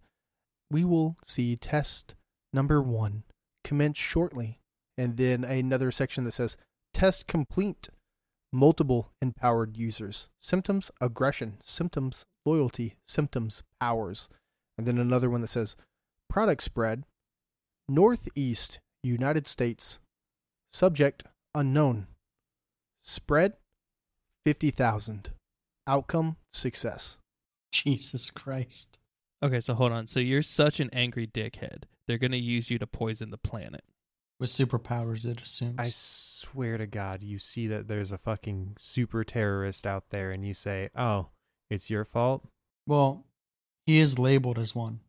We will see test number 1 commence shortly and then another section that says test complete multiple empowered users symptoms aggression symptoms loyalty symptoms powers and then another one that says product spread northeast united states subject unknown spread 50,000 outcome success Jesus Christ. Okay, so hold on. So you're such an angry dickhead. They're gonna use you to poison the planet. With superpowers it assumes. I swear to God, you see that there's a fucking super terrorist out there and you say, oh, it's your fault? well, he is labeled as one.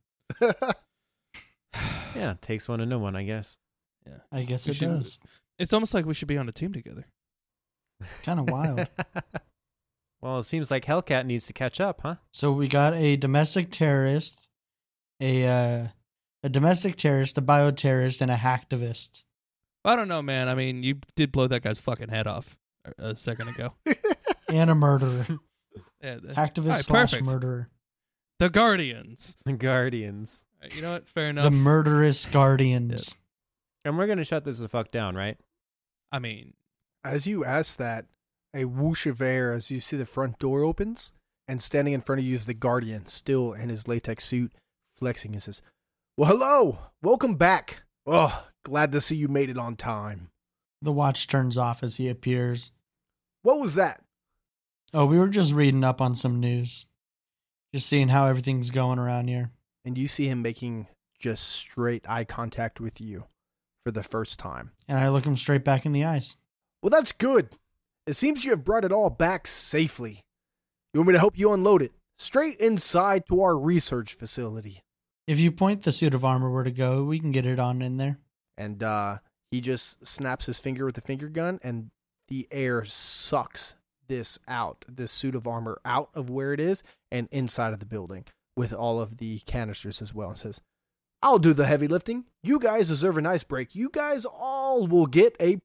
Yeah, takes one to know one, I guess. I guess We it should- does. It's almost like we should be on a team together. Kinda wild. well, it seems like Hellcat needs to catch up, huh? So we got a domestic terrorist, a uh, a domestic terrorist, a bioterrorist, and a hacktivist. I don't know, man. I mean, you did blow that guy's fucking head off a- a second ago. And a murderer. Yeah, the- Hacktivist Alright, slash perfect. murderer. The Guardians. The Guardians. Alright, You know what? Fair The enough. murderous guardians. And we're going to shut this the fuck down, right? I mean, As you ask that, a whoosh of air as you see the front door opens, and standing in front of you is the guardian, still in his latex suit, flexing and says, Well, hello! Welcome back! Oh, glad to see you made it on time. The watch turns off as he appears. What was that? Oh, we were just reading up on some news, just seeing how everything's going around here. and you see him making just straight eye contact with you for the first time. And I look him straight back in the eyes. Well, that's good. It seems you have brought it all back safely. You want me to help you unload it? Straight inside to our research facility. If you point the suit of armor where to go, we can get it on in there. And uh, he just snaps his finger with the finger gun, and the air sucks this out, this suit of armor out of where it is and inside of the building with all of the canisters as well. And says, I'll do the heavy lifting. You guys deserve a nice break. You guys all will get a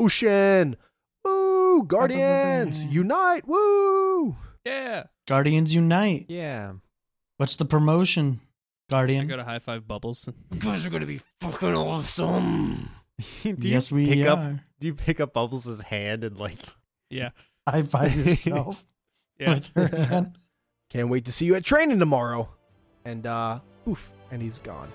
promotion. Woo! Guardians, unite! Woo! Yeah. Guardians unite! Yeah. What's the promotion, I Guardian? got to high five Bubbles. You guys are gonna be fucking awesome. do you yes, we pick are. up do you pick up Bubbles' hand and like Yeah. High five yourself Yeah. with her hand. Can't wait to see you at training tomorrow. And uh, oof, and he's gone.